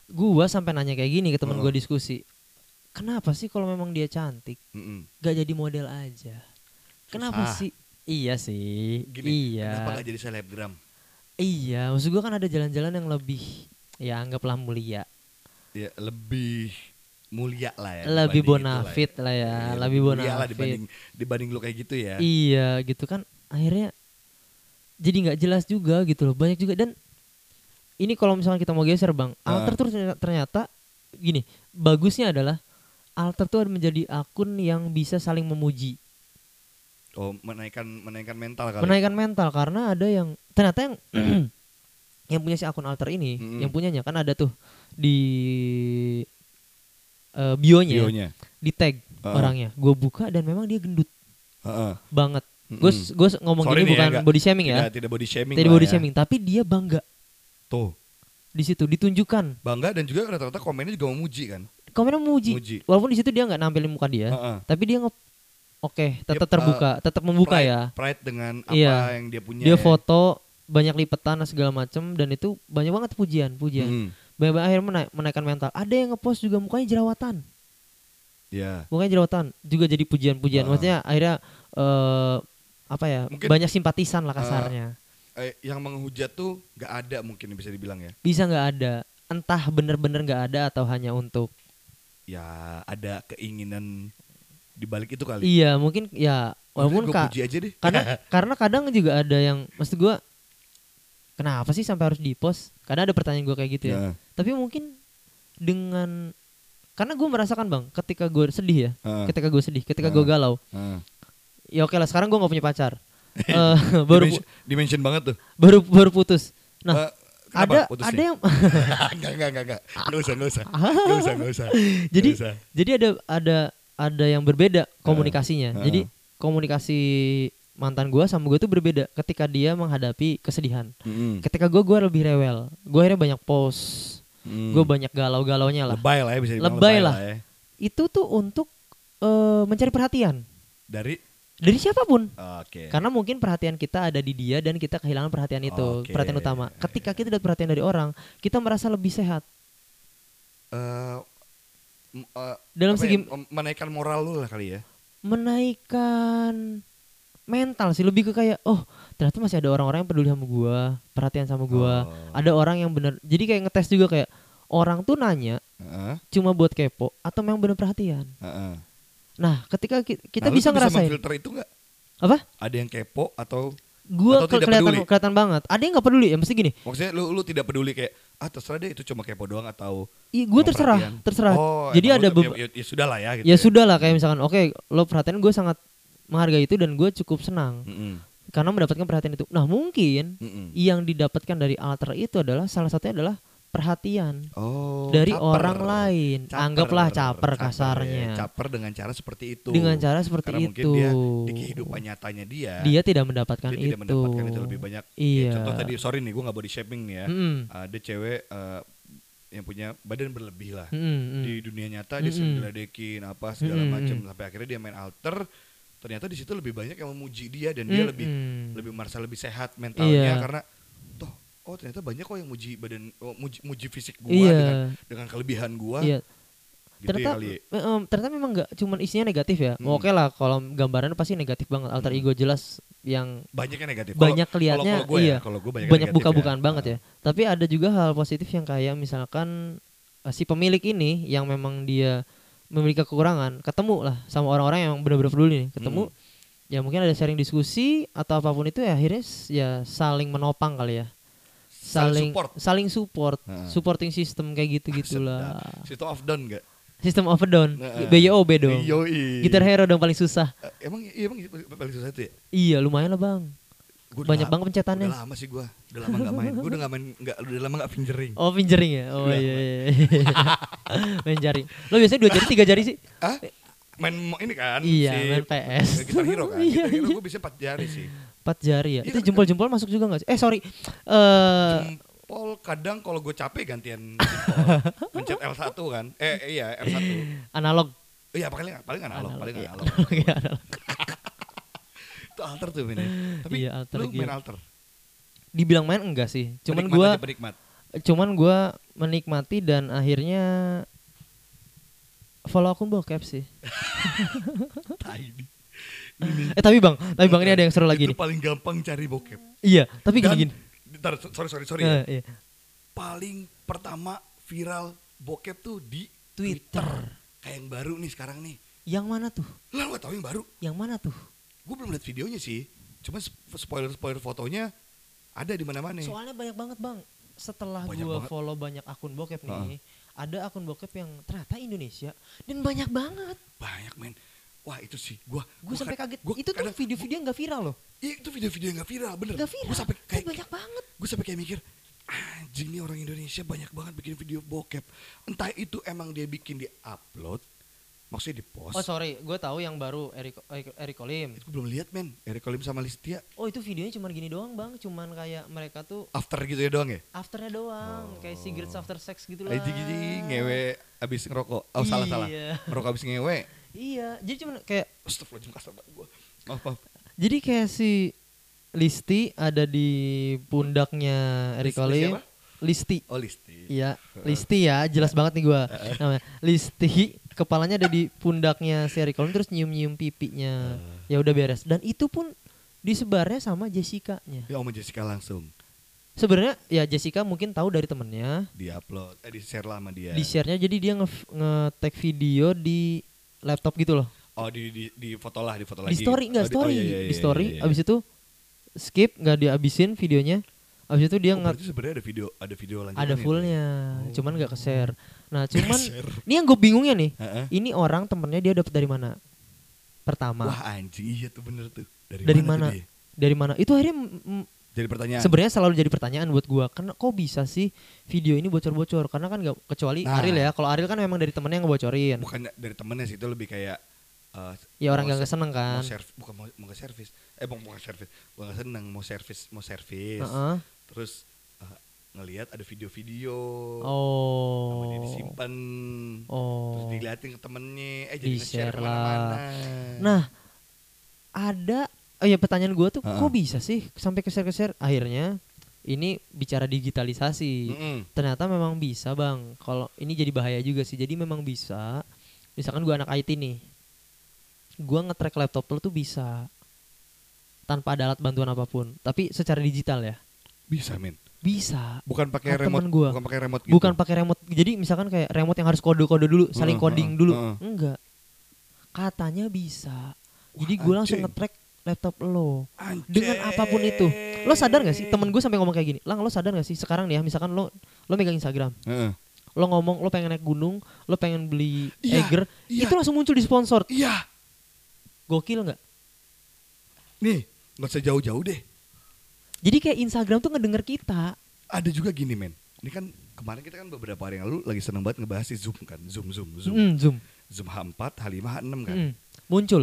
gue sampai nanya kayak gini ke teman Heeh. gue diskusi. Kenapa sih kalau memang dia cantik Mm-mm. gak jadi model aja? Kenapa Susah. sih? Iya sih. Ah. gini iya. kenapa gak jadi selebgram Iya, maksud gue kan ada jalan-jalan yang lebih ya anggaplah mulia, ya lebih mulia lah ya dibanding lebih itu lah bonafit lah ya, Iya, lebih mulia lah bonafit. dibanding dibanding lu kayak gitu ya Iya, gitu kan akhirnya jadi nggak jelas juga gitu loh. Banyak juga dan ini kalau misalnya kita mau geser, Bang. Ah. Alter tuh ternyata, ternyata gini, bagusnya adalah Alter tuh ada menjadi akun yang bisa saling memuji. Oh, menaikkan menaikkan mental kali. ya? menaikkan mental karena ada yang ternyata yang yang punya si akun alter ini Mm-mm. yang punyanya kan ada tuh di eh, bionya, Bionya. di tag Ah. orangnya gue buka dan memang dia gendut Heeh. banget Gue gue ngomong Sorry gini nih ya, bukan nggak- body shaming ya. Tidak, tidak body shaming. Tidak lah body ya. shaming, tapi dia bangga Tuh, di situ ditunjukkan. bangga dan juga rata-rata komennya juga memuji kan. Komennya memuji. Muji. Walaupun di situ dia nggak nampilin muka dia, Heeh. tapi dia nge Oke, tetap Dia, terbuka, tetap membuka pride, ya. Pride dengan apa Iya. yang dia punya. Dia ya. foto banyak lipetan dan segala macem dan itu banyak banget pujian, pujian. Hmm, Banyak banget akhirnya menaik, menaikkan mental. Ada yang ngepost juga mukanya jerawatan. Iya. Mukanya jerawatan juga jadi pujian-pujian. Ah. Maksudnya akhirnya eh apa ya? Mungkin- banyak simpatisan lah kasarnya. Eh, yang menghujat tuh nggak ada mungkin bisa dibilang ya. Bisa nggak ada. Entah bener-bener nggak ada atau hanya untuk Ya ada keinginan di balik itu kali. Iya, mungkin ya walaupun gue ka- puji aja deh. Nah, karena karena kadang juga ada yang maksud gua kenapa sih sampai harus di-post? Karena ada pertanyaan gua kayak gitu ya. Ya, Tapi mungkin dengan karena gue merasakan bang, ketika gue sedih ya, heeh, ketika gue sedih, ketika gue Ah. galau, heeh. ya oke lah sekarang gue nggak punya pacar, Eh, baru Dimension- dimension banget tuh. baru baru putus. Nah Eh, kenapa ada putus ada nih? yang enggak enggak enggak enggak. Enggak usah enggak usah. Enggak usah enggak usah. Nggak Jadi- usah. jadi ada ada ada yang berbeda komunikasinya. Ah. Jadi komunikasi mantan gue sama gue tuh berbeda ketika dia menghadapi kesedihan. Mm-mm. Ketika gue gue lebih rewel, gue akhirnya banyak post, Mm. gue banyak galau-galaunya lah. lebay lah ya bisa dibilang Lebay lah. ya. Itu tuh untuk eh, mencari perhatian Dari dari siapapun. oke. Karena mungkin perhatian kita ada di dia dan kita kehilangan perhatian itu, Oke. perhatian utama. Ketika kita dapat perhatian dari orang, kita merasa lebih sehat Eh, m- eh, dalam apa segi ya, em- menaikkan moral lu lah kali ya. menaikkan mental sih lebih ke kayak oh ternyata masih ada orang-orang yang peduli sama gua, perhatian sama gua. Oh. Ada orang yang bener jadi kayak ngetes juga kayak orang tuh nanya Heeh, cuma buat kepo atau memang bener perhatian. heeh. Nah, ketika ki- kita Nah, lu bisa tuh ngerasain memfilter itu enggak? apa? Ada yang kepo atau Gua Atau ke- tidak kelihatan peduli. kelihatan banget. Ada yang nggak peduli ya mesti gini. maksudnya lu lu tidak peduli kayak ah terserah deh itu cuma kepo doang atau Ih, gua emang terserah, perhatian?" terserah. Oh, Jadi emang ada lu tuh- beberapa ya, ya, sudah lah ya gitu. ya sudah lah kayak misalkan oke lo perhatian gue sangat menghargai itu dan gue cukup senang Mm-mm, karena mendapatkan perhatian itu nah mungkin mm-mm. yang didapatkan dari alter itu adalah salah satunya adalah perhatian Oh, dari caper. orang lain Caper. anggaplah caper ya. kasarnya Caper dengan cara seperti itu. dengan cara seperti Karena mungkin itu dia di kehidupan nyatanya dia, Dia tidak mendapatkan ya. dia itu tidak mendapatkan itu lebih banyak. Ya, iya Hmm. contoh tadi sorry nih gue nggak body shaming nih ya. Mm-mm. Ada cewek eh, yang punya badan berlebih lah. Mm-mm, mm. Di dunia nyata dia Mm-mm. sering diledekin apa segala Mm-mm. macam sampai akhirnya dia main alter. Ternyata di situ lebih banyak yang memuji dia dan dia lebih Mm-mm. lebih merasa lebih sehat mentalnya Hmm. Iya. karena toh oh ternyata banyak kok yang muji badan oh, muji, muji fisik gua iya dengan dengan kelebihan gua iya gitu ternyata ya kali. ya. eh, em, ternyata memang nggak cuman isinya negatif ya Hmm. oke lah kalau gambaran pasti negatif banget alter Hmm. ego jelas yang Banyak yang negatif. banyak kelihatnya, kalau gua iya. ya, Nah, kalau gua banyak, banyak, yang negatif buka-bukaan banget ya. Tapi ada juga hal positif yang kayak misalkan eh, si pemilik ini yang memang dia memiliki kekurangan, ketemu lah sama orang-orang yang benar-benar peduli nih, Hmm. ketemu. Ya mungkin ada sharing diskusi atau apapun itu ya akhirnya s- ya saling menopang kali ya. Saling Saling support. saling support, Heeh. supporting system kayak gitu-gitulah. nah, Situ off down Nah, gak? System of a Down, Heeh. BYOB dong. Yoi. Gitar Hero dong paling susah. Eh, Emang iya emang paling susah itu ya? Iya, lumayan lah, Bang. Gua udah Banyak la- banget pencetannya. Udah lama sih gua. Udah lama gak main. Gua udah gak main nggak udah lama gak fingering. Oh fingering ya? Oh Udah, iya iya Main jari Lo biasanya dua jari tiga jari sih? Hah? Main mo- ini kan Iya si main PS Gitar Hero kan. Iya, Gitar Hero iya. gua bisa 4 jari sih. Empat jari Iya, ya? Itu kan- jempol-jempol masuk juga gak sih? Eh sorry eh Jempol kadang kalau gue capek gantian jempol. Mencet L1 kan. Eh iya L1. Analog Iya paling paling analog, paling iya. analog. Iya, analog. Itu alter tuh mainnya. Tapi Iya, alter, lu main iya. alter. Dibilang main enggak sih Cuman Penikmat gue aja, penikmat. Cuman gua menikmati dan akhirnya Follow akun bokep sih Tai ini. Eh tapi bang Tapi bang ini ada yang seru lagi Itu nih paling gampang cari bokep. Iya tapi Dan- gini-gini Ntar, sorry sorry sorry. ya. Eh, iya. Paling pertama viral bokep tuh di Twitter. Kayak yang baru nih sekarang nih. Yang mana tuh? Lah lu gak tau yang baru? Yang mana tuh? Gue belum lihat videonya sih. Cuma spoiler spoiler fotonya ada di mana-mana. Soalnya banyak banget bang. Setelah Banyak gua banget. follow banyak akun bokep Heeh. nih, ada akun bokep yang ternyata Indonesia dan banyak banget. Banyak men. Wah itu sih gua Gue sampai kaget. gua itu tuh kadang- video-video yang gak viral loh, Iya itu video-video yang gak viral bener. gak viral. Gue sampai Tapi kayak banyak banget. gue sampai kayak mikir anjing nih orang Indonesia banyak banget bikin video bokep. Entah itu emang dia bikin di upload Maksudnya di pos. Oh sorry, gue tahu yang baru Eric Eric, Eric Olim. Gue belum lihat men. Eric Olim sama Listia Oh itu videonya cuman gini doang bang, cuman kayak mereka tuh after gitu ya doang ya. afternya doang, Oh. kayak cigarettes after sex gitu lah. Aji gigi ngewe abis ngerokok. Oh salah salah. Iya. Ngerokok abis ngewe. Iya, jadi cuman kayak Astagfirullahaladzim kasar banget gue. Maaf maaf. jadi kayak si Listi ada di pundaknya Eric Listi Olim. siapa? Listi. Oh Listi. Iya, Listi ya, jelas banget nih gua. Namanya Listi, kepalanya ada di pundaknya si Eric Holm terus nyium-nyium pipinya. Ya udah beres. Dan itu pun disebarnya sama Jessica-nya. Ya sama Jessica langsung Sebenarnya ya Jessica mungkin tahu dari temennya, diupload, eh di share lah sama dia. di share-nya jadi dia nge, nge-tag video di laptop gitu loh. Oh di di di foto lah di foto Di lagi. story Oh, enggak oh, story, iya, iya, di iya, story. iya, iya. Abis itu skip nggak dihabisin videonya. Abis itu Oh, dia nge berarti sebenarnya ada video ada video lanjutannya. ada tuh. fullnya, Oh. cuman nggak ke share. Nah cuman share. ini yang gue bingungnya nih, Heeh. ini orang temennya dia dapat dari mana? Pertama Wah anjing iya tuh bener tuh. Dari, dari mana? tuh mana? dia? Ya. Dari mana? Itu akhirnya mm, mm, Jadi pertanyaan. sebenarnya selalu jadi pertanyaan buat gua karena kok bisa sih video ini bocor-bocor? Karena kan nggak kecuali Nah. Aril ya, kalau Aril kan memang dari temennya yang ngebocorin. Bukannya dari temennya sih itu lebih kayak eh, Ya orang mau nggak se- seneng Mau kan. serv- bukan mau, mau ke servis. Eh bukan bukan servis. Bukan seneng mau servis, mau servis. Heeh. Terus eh, ngelihat ada video-video. Sama dia Oh. disimpan. Terus Oh. diliatin ke temennya, eh jadi Di-share nge-share kemana-mana. Hmm. Nah, ada oh ya pertanyaan gua tuh Heeh. kok bisa sih sampai keser-keser akhirnya ini bicara digitalisasi. Mm-mm. ternyata memang bisa bang kalau ini jadi bahaya juga sih jadi memang bisa misalkan gua anak IT nih gua nge-track laptop lo tuh bisa tanpa ada alat bantuan apapun tapi secara digital ya Bisa men. bisa Bukan pakai Nah, remote, temen gua. bukan pakai remote gitu. bukan pakai remote jadi misalkan kayak remote yang harus kode-kode dulu Heeh, saling coding heeh, dulu heeh. enggak katanya bisa jadi Wah, gua langsung anjing. nge-track laptop lo Anjing. dengan apapun itu lo sadar gak sih temen gue sampai ngomong kayak gini lang lo sadar gak sih sekarang nih ya misalkan lo lo megang Instagram Heeh. lo ngomong lo pengen naik gunung, lo pengen beli Iya, Eiger, iya. itu langsung muncul di sponsor. Iya. Gokil nggak? Nih, nggak usah jauh-jauh deh. Jadi kayak Instagram tuh ngedenger kita. Ada juga gini men. Ini kan kemarin kita kan beberapa hari yang lalu lagi seneng banget ngebahas si Zoom kan. Zoom, Zoom, Zoom. Mm, zoom. Zoom H4, H5, H6 kan. Mm, muncul.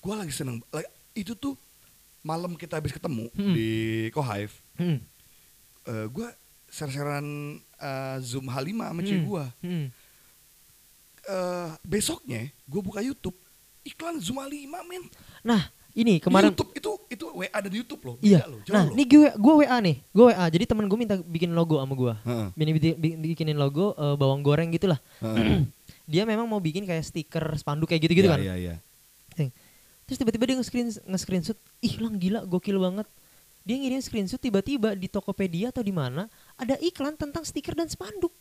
Gue lagi seneng. la- Itu tuh malam kita habis ketemu Mm. di Kohive. Mm, eh gue ser-seran eh, Zoom H5 sama cuy mm, gue. mm. besoknya gue buka YouTube iklan Zoom H5 men. Nah, ini kemarin Di YouTube itu itu WA dan YouTube loh. iya. Loh, jauh nah, loh. ini gue gue WA nih. Gue WA. Jadi temen gue minta bikin logo sama gue. Heeh. Bini bi- bi- bikinin logo eh, bawang goreng gitulah. Heeh. Dia memang mau bikin kayak stiker spanduk kayak gitu-gitu Iya, kan. Iya, iya. Ting. Terus tiba-tiba dia nge-screen nge-screenshot, ih lang gila gokil banget. Dia ngirim screenshot tiba-tiba di Tokopedia atau di mana ada iklan tentang stiker dan spanduk.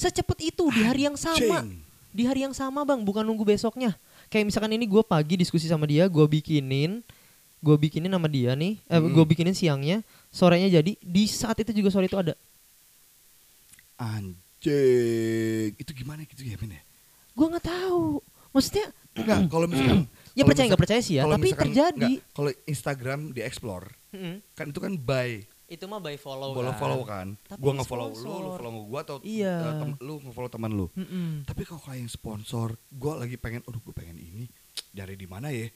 Secepat itu di hari yang sama. Anjing. Di hari yang sama bang, bukan nunggu besoknya. Kayak misalkan ini gue pagi diskusi sama dia, gue bikinin, gue bikinin sama dia nih, eh, gue bikinin siangnya, sorenya jadi di saat itu juga sore itu ada. Anjing. Itu gimana gitu ya men ya? Gue nggak tahu. Maksudnya, Enggak, kalau misalkan Ya, kalau percaya nggak misalkan- percaya sih ya, kalau tapi misalkan- terjadi. enggak, Kalau Instagram di explore kan itu kan by Hmm, itu mah by follow. follow follow kan. Oh, Tapi Gua ini nge-follow lu, sponsor. lu follow sama gua atau Iya. eh, tem- lu nge-follow teman lu. Tapi kalau kayak yang sponsor, gua lagi pengen aduh gua pengen ini dari di mana ya?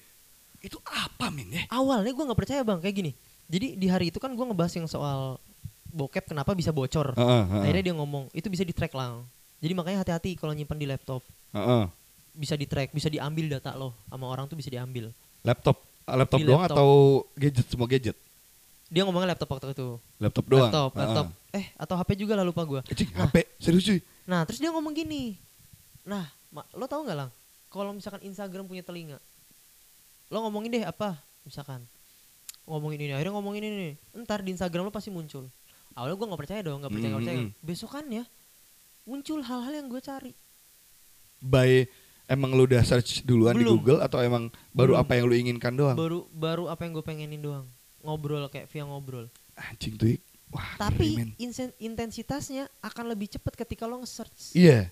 Itu apa men ya? awalnya gue nggak percaya bang kayak gini jadi di hari itu kan gue ngebahas yang soal bokep kenapa bisa bocor Ah, akhirnya dia ngomong itu bisa di track lang jadi makanya hati-hati kalau nyimpan di laptop bisa di track bisa diambil data lo sama orang tuh bisa diambil Laptop Ah, laptop Di doang laptop. atau gadget semua gadget? dia ngomongnya laptop waktu itu Laptop laptop laptop eh atau hp juga lah lupa gue Nah. HP serius cuy. nah terus dia ngomong gini nah Ma, lo tau nggak lang kalau misalkan Instagram punya telinga lo ngomongin deh apa misalkan ngomongin ini akhirnya ngomongin ini nih ntar di Instagram lo pasti muncul awalnya gue nggak percaya dong nggak percaya nggak percaya Mm, mm, besokan ya muncul hal-hal yang gue cari By emang lu udah search duluan di Belum. Google atau emang baru Belum. apa yang lu inginkan doang? baru baru apa yang gue pengenin doang ngobrol kayak via ngobrol Anjing tuh. Wah, ngeri, men. tapi insen- intensitasnya akan lebih cepat ketika lo nge-search Iya.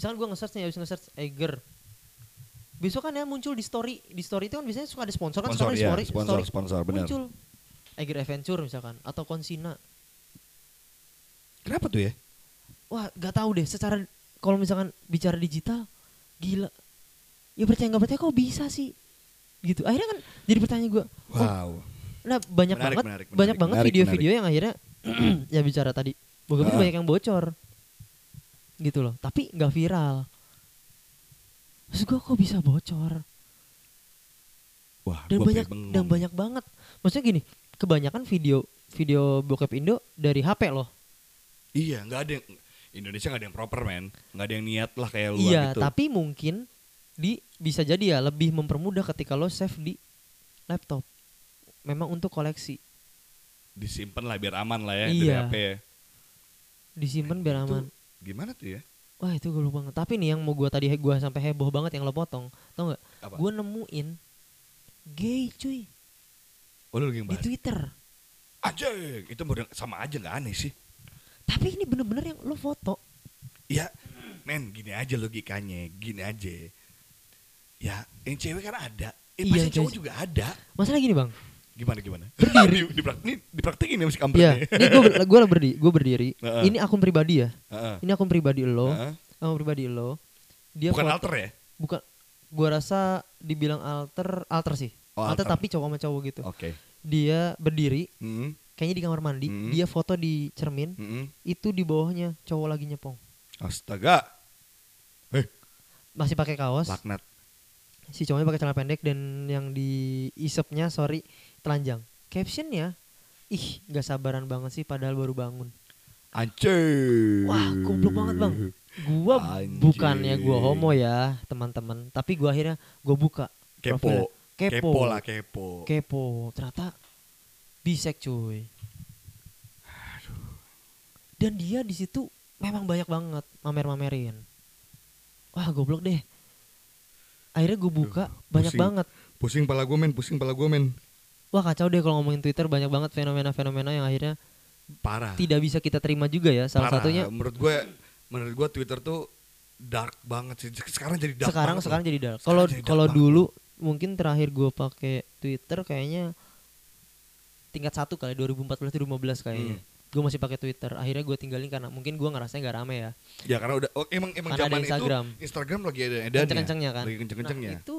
misalkan gue nge-search nih habis nge-search Eiger besokan ya muncul di story di story itu kan biasanya suka ada sponsor Sponsor, kan sekarang di iya. story Sponsor, story sponsor, benar. muncul Eiger Adventure misalkan atau Konsina Kenapa tuh ya? wah gak tahu deh secara kalau misalkan bicara digital gila ya percaya nggak percaya kok bisa sih gitu akhirnya kan jadi pertanyaan gue Wow. nah banyak Menarik, banget menarik, banyak menarik, banget menarik, video-video yang akhirnya ya bicara tadi beberapa Ah. banyak yang bocor gitu loh tapi nggak viral Terus gue kok bisa bocor Wah, Ah, dan gua banyak pengen dan bengong. banyak banget maksudnya gini kebanyakan video video bokep Indo dari HP loh Iya, nggak ada yang Indonesia nggak ada yang proper men, nggak ada yang niat lah kayak luar iya gitu. tapi mungkin di bisa jadi ya lebih mempermudah ketika lo save di laptop memang untuk koleksi Disimpan lah biar aman lah ya dari Iya. HP ya. disimpan biar Itu aman gimana tuh ya? Wah itu gue banget. Tapi nih yang mau gua tadi gua sampai heboh banget yang lo potong, tau nggak? Apa? Gua nemuin gay cuy Oh, lu lagi di ngebahas. Twitter. Aja, itu model sama aja nggak aneh sih. Tapi ini bener-bener yang lo foto. Ya, men gini aja logikanya, gini aja. Ya, yang cewek kan ada, eh, Iya, pasti yang cowok cewek- juga ada. Masalah gini bang. Gimana gimana? Berdiri. di, diprak- ini dipraktekin ya masih Iya. kampretnya. Ini gue gue berdiri. Gue berdiri. Heeh. Ini akun pribadi ya. Heeh. Ini akun pribadi lo. Heeh. Akun pribadi lo. Dia Bukan foto- alter ya? Bukan. Gua rasa dibilang alter alter sih. Oh, alter. alter. tapi cowok sama cowok gitu. Oke. Dia berdiri. Hmm, Kayaknya di kamar mandi. Hmm. Dia foto di cermin. hmm. Itu di bawahnya cowok lagi nyepong. Astaga. Eh, Masih pakai kaos. laknat. si cowoknya pakai celana pendek dan yang di isepnya sorry telanjang captionnya ih nggak sabaran banget sih padahal baru bangun Anjir. wah goblok banget bang gua Anjing. bukannya gua homo ya teman-teman tapi gua akhirnya gua buka profilnya. Kepo. kepo Kepo lah kepo. kepo ternyata bisek cuy dan dia di situ memang banyak banget mamer-mamerin wah goblok deh akhirnya gua buka banyak pusing. banget Pusing pala gue men, pusing pala gue men. Wah kacau deh kalau ngomongin Twitter banyak banget fenomena-fenomena yang akhirnya Parah. tidak bisa kita terima juga ya. Salah Parah. satunya menurut gue menurut gue Twitter tuh dark banget sih. Sekarang jadi dark. sekarang banget sekarang loh. jadi dark. Sekarang Kalau jadi dark kalau banget. dulu mungkin terakhir gue pakai Twitter kayaknya tingkat satu kali 2014 2015 kayaknya. Hmm. Gue masih pakai Twitter. Akhirnya gue tinggalin karena mungkin gue ngerasa nggak rame ya. Ya karena udah oh, emang emang Karena ada zaman Instagram. itu Instagram lagi ada edannya. Kenceng-kencengnya kan. ya, Lagi kenceng-kencengnya. Nah, itu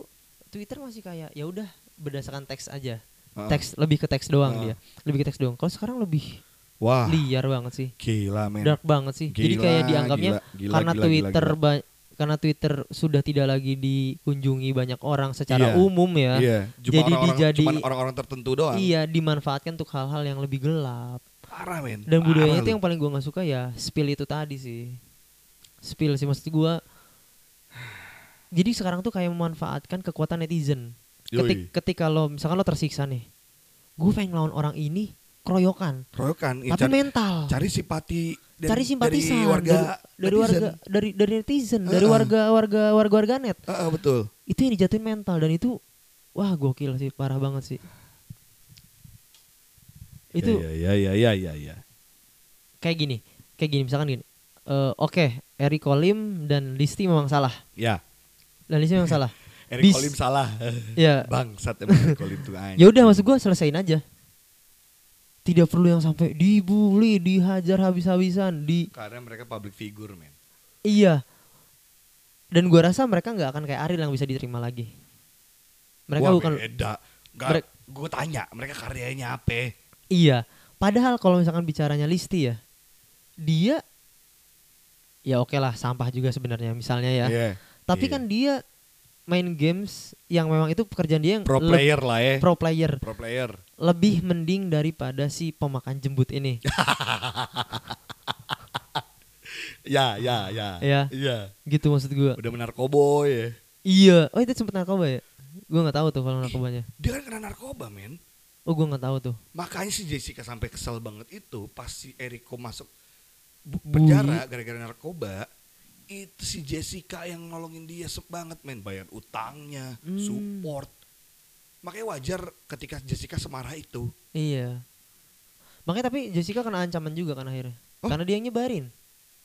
Twitter masih kayak ya udah berdasarkan teks aja. Ah. Teks lebih ke teks doang Ah. dia. Lebih ke teks doang. Kalau sekarang lebih Wah, liar banget sih. gila men. dark banget sih. Jadi Gila, kayak dianggapnya gila, gila, karena gila, gila, Twitter gila. ba- karena Twitter sudah tidak lagi dikunjungi banyak orang secara Iya, umum ya. Iya, cuma jadi orang-orang dijadi cuman orang-orang tertentu doang. iya dimanfaatkan untuk hal-hal yang lebih gelap. Parah men. Dan Parah budayanya itu lu. yang paling gua nggak suka ya spill itu tadi sih. Spill sih maksud gua. Jadi sekarang tuh kayak memanfaatkan kekuatan netizen. Yoi. Ketik, ketika lo misalkan lo tersiksa nih, gue pengen lawan orang ini keroyokan, Royokan, ya, tapi cari- mental. cari simpati dari, cari simpatisan dari warga dari, dari netizen. warga dari dari netizen dari Heeh. warga warga warga warganet Ah, ah, betul. itu yang dijatuhin mental dan itu wah gokil sih parah banget sih itu ya ya ya ya ya ya. kayak gini kayak gini misalkan gini Eh, oke Eri Kolim dan Listi memang salah Ya. dan Listi memang salah Eric Bis- Kolim salah. ya Bangsat emang Eric Kolim tuh anjing. ya udah maksud gue selesaiin aja tidak perlu yang sampai dibully dihajar habis-habisan di Karena mereka public figure, men. Iya. Dan gua rasa mereka nggak akan kayak Ariel yang bisa diterima lagi. Mereka Wah, bukan beda. Merek- gue tanya, mereka karyanya apa? iya. Padahal kalau misalkan bicaranya Listi ya, dia ya oke lah sampah juga sebenarnya misalnya ya. Iya. Tapi Iya. kan dia main games yang memang itu pekerjaan dia yang pro le- player lah ya. pro player Pro player. lebih mending daripada si pemakan jembut ini. Ya, ya, ya. Iya. Iya. gitu maksud gua. Udah menarkoboy ya. Iya. Oh itu sempet narkoba ya? Gua nggak tahu tuh kalau narkobanya. Dia kan kena narkoba, men. Oh gua nggak tahu tuh. Makanya si Jessica sampai kesel banget itu pas si Eriko masuk bu- Bully. penjara gara-gara narkoba. Itu si Jessica yang nolongin dia sep banget men bayar utangnya, Hmm. support. Makanya wajar ketika Jessica semarah itu. Iya. Makanya tapi Jessica kena ancaman juga kan akhirnya. Oh. Karena dia yang nyebarin.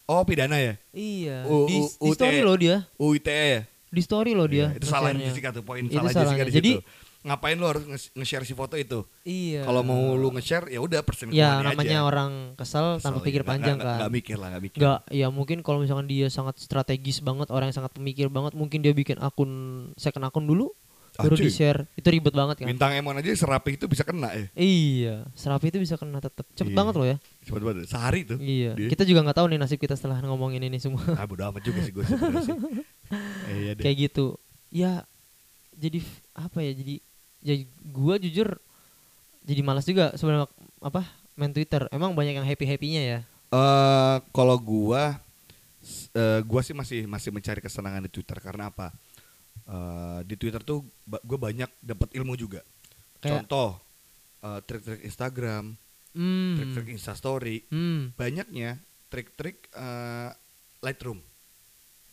Oh, pidana ya? Iya. U- di, U- di story UTE. loh dia. UITE ya? Di story loh dia. Iya, itu salahnya share-nya. Jessica tuh poin E Itu salah Jessica salahnya. di Jadi situ. ngapain lo harus nge- nge-share si foto itu? Iya. Kalau mau lu nge-share ya udah persen ya namanya orang kesel tanpa pikir panjang iya. nggak, kan. Gak mikir lah, gak mikir. Enggak, ya mungkin kalau misalkan dia sangat strategis banget, orang yang sangat pemikir banget, mungkin dia bikin akun second akun dulu baru Anjing. di-share. Itu ribet banget kan. Bintang Emon aja serapi itu bisa kena ya. Iya, serapi itu bisa kena tetap. Cepet Iya. banget loh ya. Coba-coba deh, sehari tuh. Iya. Dia- Kita juga nggak tahu nih nasib kita setelah ngomongin ini semua. Ah bodo amat juga sih gue sebenernya sih. Eh, iya deh. Kayak gitu. Ya jadi f- apa ya? Jadi ya gua jujur jadi malas juga sebenarnya wak- apa main Twitter. Emang banyak yang happy-happynya ya. Eh, kalau gua s- eh, gua sih masih masih mencari kesenangan di Twitter karena apa? Eh, di Twitter tuh ba- gua banyak dapat ilmu juga. Kayak- Contoh eh, trik-trik Instagram, Hmm. trik-trik Instastory, Hmm. banyaknya trik-trik eh, Lightroom.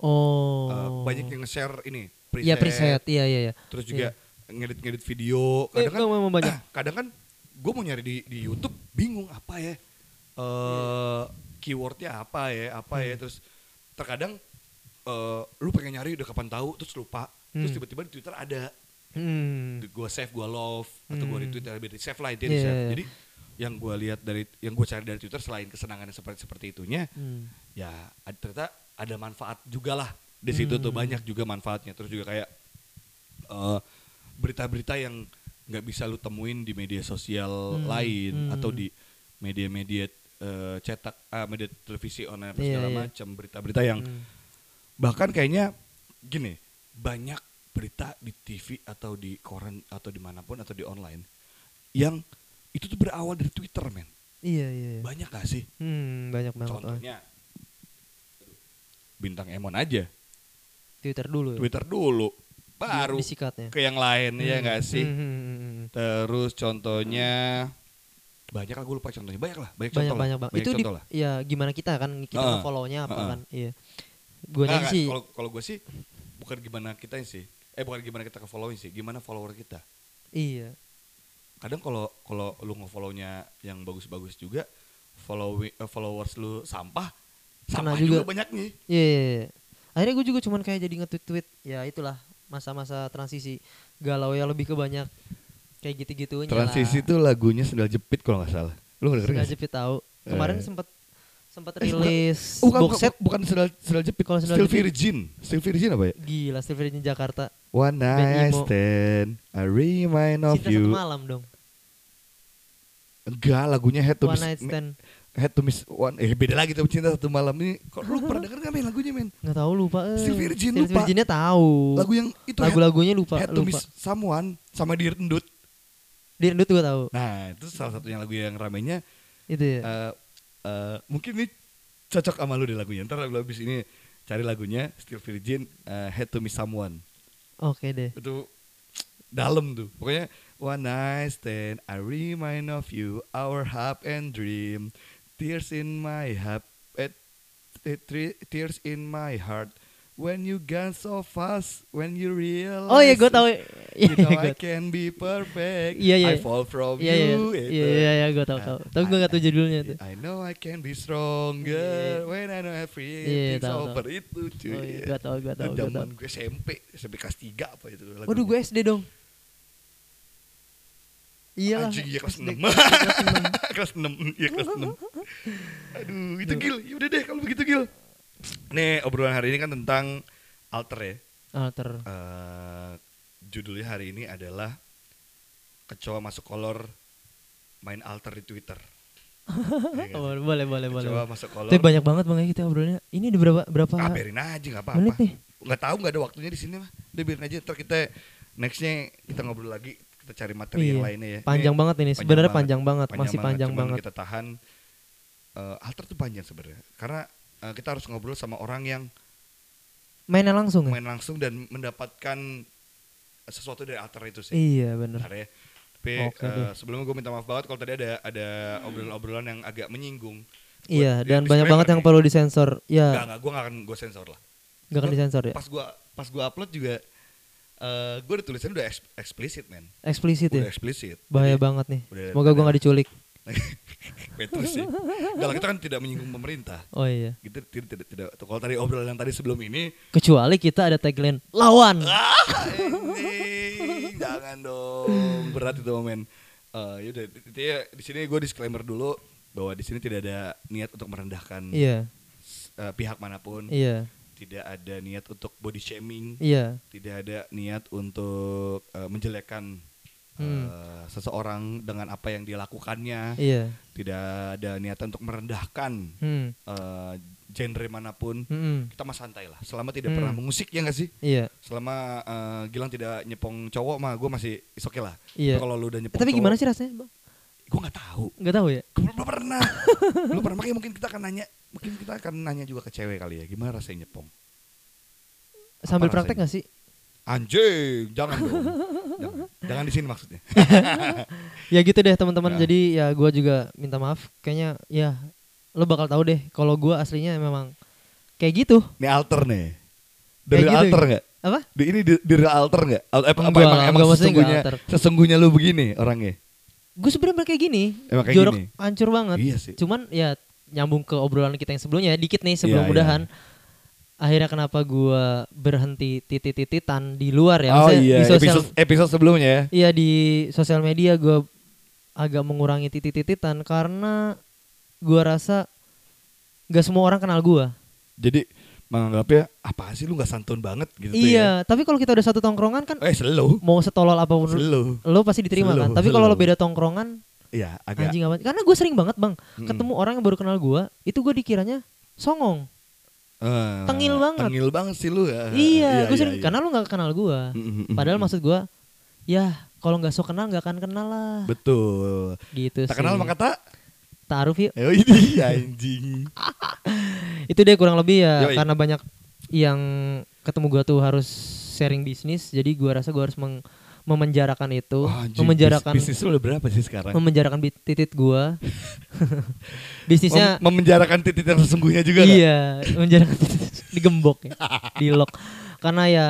Oh. Eh, banyak yang nge-share ini preset, Iya preset, iya iya iya. terus juga ngedit-ngedit video. Eh, Kadang kan memang banyak. kadang kan gue mau nyari di di YouTube bingung apa ya eh keywordnya apa ya apa Hmm. ya terus terkadang eh, lu pengen nyari udah kapan tahu terus lupa terus Hmm. tiba-tiba di Twitter ada Hmm. gue save gue love atau gue Hmm. retweet lebih di save lah intinya di Iya, save iya, iya. jadi yang gue lihat dari yang gue cari dari Twitter selain kesenangan yang seperti seperti itunya Hmm. ya ad- ternyata ada manfaat juga lah di situ tuh Hmm. banyak juga manfaatnya terus juga kayak eh, berita-berita yang nggak bisa lu temuin di media sosial Hmm, lain hmm. atau di media-media eh, cetak ah, media televisi online apa Iya, segala iya. macam berita-berita yang Hmm. bahkan kayaknya gini banyak berita di TV atau di koran atau dimanapun atau di online yang itu tuh berawal dari Twitter men Iya iya. iya. banyak gak sih Hmm, banyak banget. Oh, contohnya bintang Emon aja Twitter dulu ya. Twitter dulu baru disikatnya. ke yang lain ya nggak sih Hmm, hmm, hmm, hmm. terus contohnya banyak lah gue lupa contohnya banyak lah banyak, banyak contoh banyak lah banget itu di, contoh lah ya gimana kita kan kita Heeh. nge follow-nya apa Heeh. kan iya gue Nggak, nggak, sih kalau kalau gue sih bukan gimana kita sih eh bukan gimana kita ke following sih gimana follower kita iya kadang kalau kalau lu nge-follow-nya yang bagus-bagus juga follow eh, followers lu sampah Kena sampah juga. juga. banyak nih iya, iya, iya. akhirnya gue juga cuman kayak jadi nge-tweet tweet ya itulah masa-masa transisi galau ya lebih ke banyak kayak gitu-gitunya lah. itu lagunya sendal jepit kalau nggak salah lu sengaja fit tahu kemarin Eh. sempat sempat Eh, bukan- rilis Bukan, box bukan- set bukan sendal sendal jepit Kalau sendal Still jepit. Virgin. Still Virgin apa ya? gila Steve Virgin Jakarta One night night Imo. stand, I remind of cinta you. satu malam dong Enggak, lagunya Head to one Miss. night stand Head to Miss One. Eh beda lagi tuh cinta satu malam ini. Kok lu pernah denger gak men lagunya men? nggak tahu lupa eh. Steve Virgin, Steve lupa. Virginnya tahu Lagu yang itu Head- lagu-lagunya lupa Head, to lupa Miss Someone sama Dear Endut. di Rendut gue tahu Nah, itu salah satunya lagu yang ramenya itu ya eh eh, mungkin ini cocok sama lu deh lagunya. Ntar lu abis ini cari lagunya Still Virgin eh, Head to Miss Someone. Oke deh. itu dalam tuh pokoknya one night stand I remind of you our hope and dream tears in my heart eh, eh, tre- tears in my heart when you gone so fast when you realize Oh iya gue tahu. Iya you iya know gue. I can be perfect Iya, iya. I fall from Iya iya. you itu. Iya iya iya gue tahu tahu. Tapi gue gak tahu judulnya tuh. Ah, I know I can be stronger Iya. when I know everything's Iya, tahu, tahu. over itu cuy Oh, iya, gua tahu, gua tahu, gua zaman tahu. gue SMP SMP kelas 3 apa itu lagunya. Waduh gue SD dong. Iya lah. Anjing iya kelas SD. 6. kelas 6. Iya kelas 6. Aduh, itu Gil. Yaudah deh kalau begitu Gil. Nih, obrolan hari ini kan tentang alter ya. Alter. Eh, judulnya hari ini adalah kecoa masuk kolor main alter di Twitter. Iya nggak sih? Oh, boleh boleh boleh. kecoa masuk kolor. Tapi banyak banget bang ya kita obrolnya. Ini di berapa berapa? Kabarin aja nggak apa-apa. Menit nih. Nggak tahu nggak ada waktunya di sini mah. Udah biarin aja ntar kita nextnya kita ngobrol lagi kita cari materi yang Iya. lainnya ya. Panjang Ini- banget ini. Panjang Sebenarnya banget. panjang banget. Masih panjang cuman banget. Kita tahan. Eh, alter tuh panjang sebenarnya. Karena eh, kita harus ngobrol sama orang yang Mainnya langsung ya. main langsung dan mendapatkan sesuatu dari alter itu sih. Iya bener. Bentar ya. Tapi Oke eh, deh. sebelumnya gue minta maaf banget kalau tadi ada ada obrolan-obrolan yang agak menyinggung. ya, Buat Iya di- dan banyak disclaimer banget yang nih. perlu disensor. Enggak, Ya enggak, gue gak akan gue sensor lah. gak akan Gua- disensor ya. Pas gue pas gua upload juga eh gue udah tulisannya udah eks- eksplisit men. Eksplisit Udah ya. eksplisit. Bahaya Jadi- banget nih. udah- Semoga gue udah- gak diculik. Petrus sih. Enggak lah, kita kan tidak menyinggung pemerintah. Oh iya. Kita tidak tidak, tidak. Kalau tadi obrolan yang tadi sebelum ini, Kecuali kita ada tagline lawan. ah, ini jangan dong. Berat itu momen. Eh yaudah, intinya di sini gue disclaimer dulu bahwa di sini tidak ada niat untuk merendahkan Iya. eh, pihak manapun. Iya. Tidak ada niat untuk body shaming. Iya. Tidak ada niat untuk eh, menjelekkan eh, seseorang dengan apa yang dia lakukannya. Hmm. Iya. Tidak ada niatan untuk merendahkan Hmm. eh, genre manapun. Mm-mm. Kita mah santai lah. Selama tidak Hmm. pernah mengusik ya nggak sih? Iya. Selama eh, Gilang tidak nyepong cowok mah gue masih is okay lah. Iya. Tapi Kalau lu udah nyepong Tapi gimana sih rasanya, Bang? Gue nggak tahu. Enggak tahu ya. Gue belum pernah. belum pernah. Makanya mungkin kita akan nanya. Mungkin kita akan nanya juga ke cewek kali ya. Gimana rasanya nyepong? Sambil rasanya? praktek gak sih? Anjing, jangan dong. jangan. jangan di sini maksudnya. Ya gitu deh teman-teman. Nah. Jadi ya gua juga minta maaf. Kayaknya ya lo bakal tahu deh kalau gua aslinya memang kayak gitu. Ini alter nih. Dari Kayak gitu alter ya? nggak? Apa? Di ini di, di real alter nggak? Al- eh, apa- apa Enggak, emang, emang enggak, maksudnya enggak sesungguhnya alter. sesungguhnya lu begini orangnya? Gue sebenarnya kayak gini. Emang kayak jorok gini? hancur banget. Iya sih. Cuman ya nyambung ke obrolan kita yang sebelumnya ya, dikit nih sebelum Iya, mudahan. Akhirnya kenapa gua berhenti titit-tititan di luar ya? oh Maksudnya iya, di sosial episode, episode sebelumnya ya. Iya di sosial media gue agak mengurangi titit-tititan karena gue rasa gak semua orang kenal gue. Jadi menganggapnya apa sih lu nggak santun banget gitu tuh Iya, tapi kalau kita udah satu tongkrongan kan ya. Eh selalu, mau setolol apapun selalu. lo pasti diterima Selalu, kan. Tapi kalau lo selalu. beda tongkrongan Iya agak. Hmm. anjing apa? Karena gue sering banget bang Mm-mm. ketemu orang yang baru kenal gue itu gue dikiranya songong. eh, Tengil banget. Tengil banget sih lu. ya. iya, gue sering karena lo nggak kenal gue. Mm-mm, mm-mm. Padahal maksud gue ya kalau nggak sok kenal nggak akan kenal lah. Betul. gitu Tak sih. kenal maka tak. Taaruf yuk. Eh ini anjing. itu deh kurang lebih ya Yoi. karena banyak yang ketemu gua tuh harus sharing bisnis jadi gua rasa gua harus meng- memenjarakan itu Wah, Oh, anjing, memenjarakan bis- bisnis lu udah berapa sih sekarang? memenjarakan bi- titit gua bisnisnya Mem- memenjarakan titik yang sesungguhnya juga nggak? iya memenjarakan titit digembok ya di lock karena ya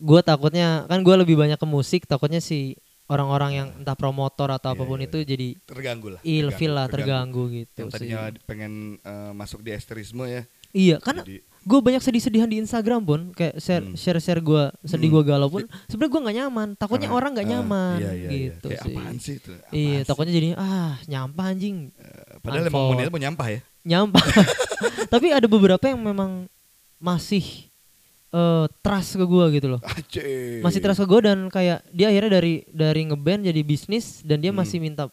gua takutnya kan gua lebih banyak ke musik takutnya si orang-orang yang entah promotor atau Iya, apapun iya, itu jadi terganggu lah. ilfil lah terganggu. terganggu gitu Yang sih. tadinya pengen eh, masuk di esterisme ya. Iya, karena Jadi- gue banyak sedih-sedihan di Instagram pun, kayak share Hmm. share share gue sedih Hmm. gue galau pun, sebenarnya gue nggak nyaman, takutnya Karena, orang nggak eh, nyaman iya, iya, iya. gitu Kayak sih. apaan sih itu? Apaan Iya, sih? takutnya jadi ah nyampah anjing, Eh, Padahal emang Unfollow. niatnya mau nyampah ya. nyampah. Tapi ada beberapa yang memang masih eh trust ke gue gitu loh, Aceh. masih trust ke gue dan kayak dia akhirnya dari dari ngeband jadi bisnis dan dia Hmm. masih minta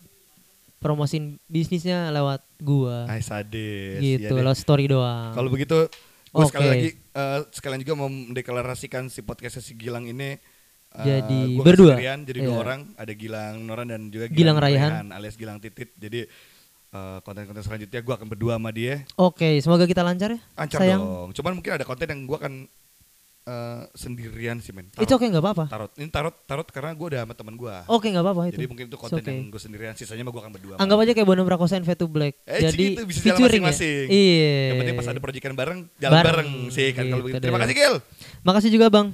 promosin bisnisnya lewat gue, Ay sadis. Ah, Iya gitu deh. lewat story doang. Kalau begitu gue sekali Oke. lagi eh, sekalian juga mau mendeklarasikan si podcastnya si Gilang ini eh, Jadi gua berdua. sendirian, jadi dua Iya. orang, ada Gilang Noran dan juga Gilang Raihan. alias Gilang Titit. Jadi eh, konten-konten selanjutnya gue akan berdua sama dia. Oke, semoga kita lancar ya. Ancar sayang. dong. Cuman mungkin ada konten yang gue akan eh, sendirian sih men. Itu oke nggak apa-apa. Tarot. Ini tarot tarot karena gue udah sama teman gue. Oke nggak apa-apa itu. Jadi mungkin itu konten It's okay. yang gue sendirian, sisanya mah gue akan berdua. Anggap aja kayak Bonum Prakosa and Fatu Black. Eh, gitu, Jadi bisa jalan featuring ya? masing-masing. Iya. Yang penting pas ada proyekan bareng, jalan Bareng, Iya, bareng, sih kan kalau gitu begitu. Terima deh. kasih Gil. Makasih juga Bang.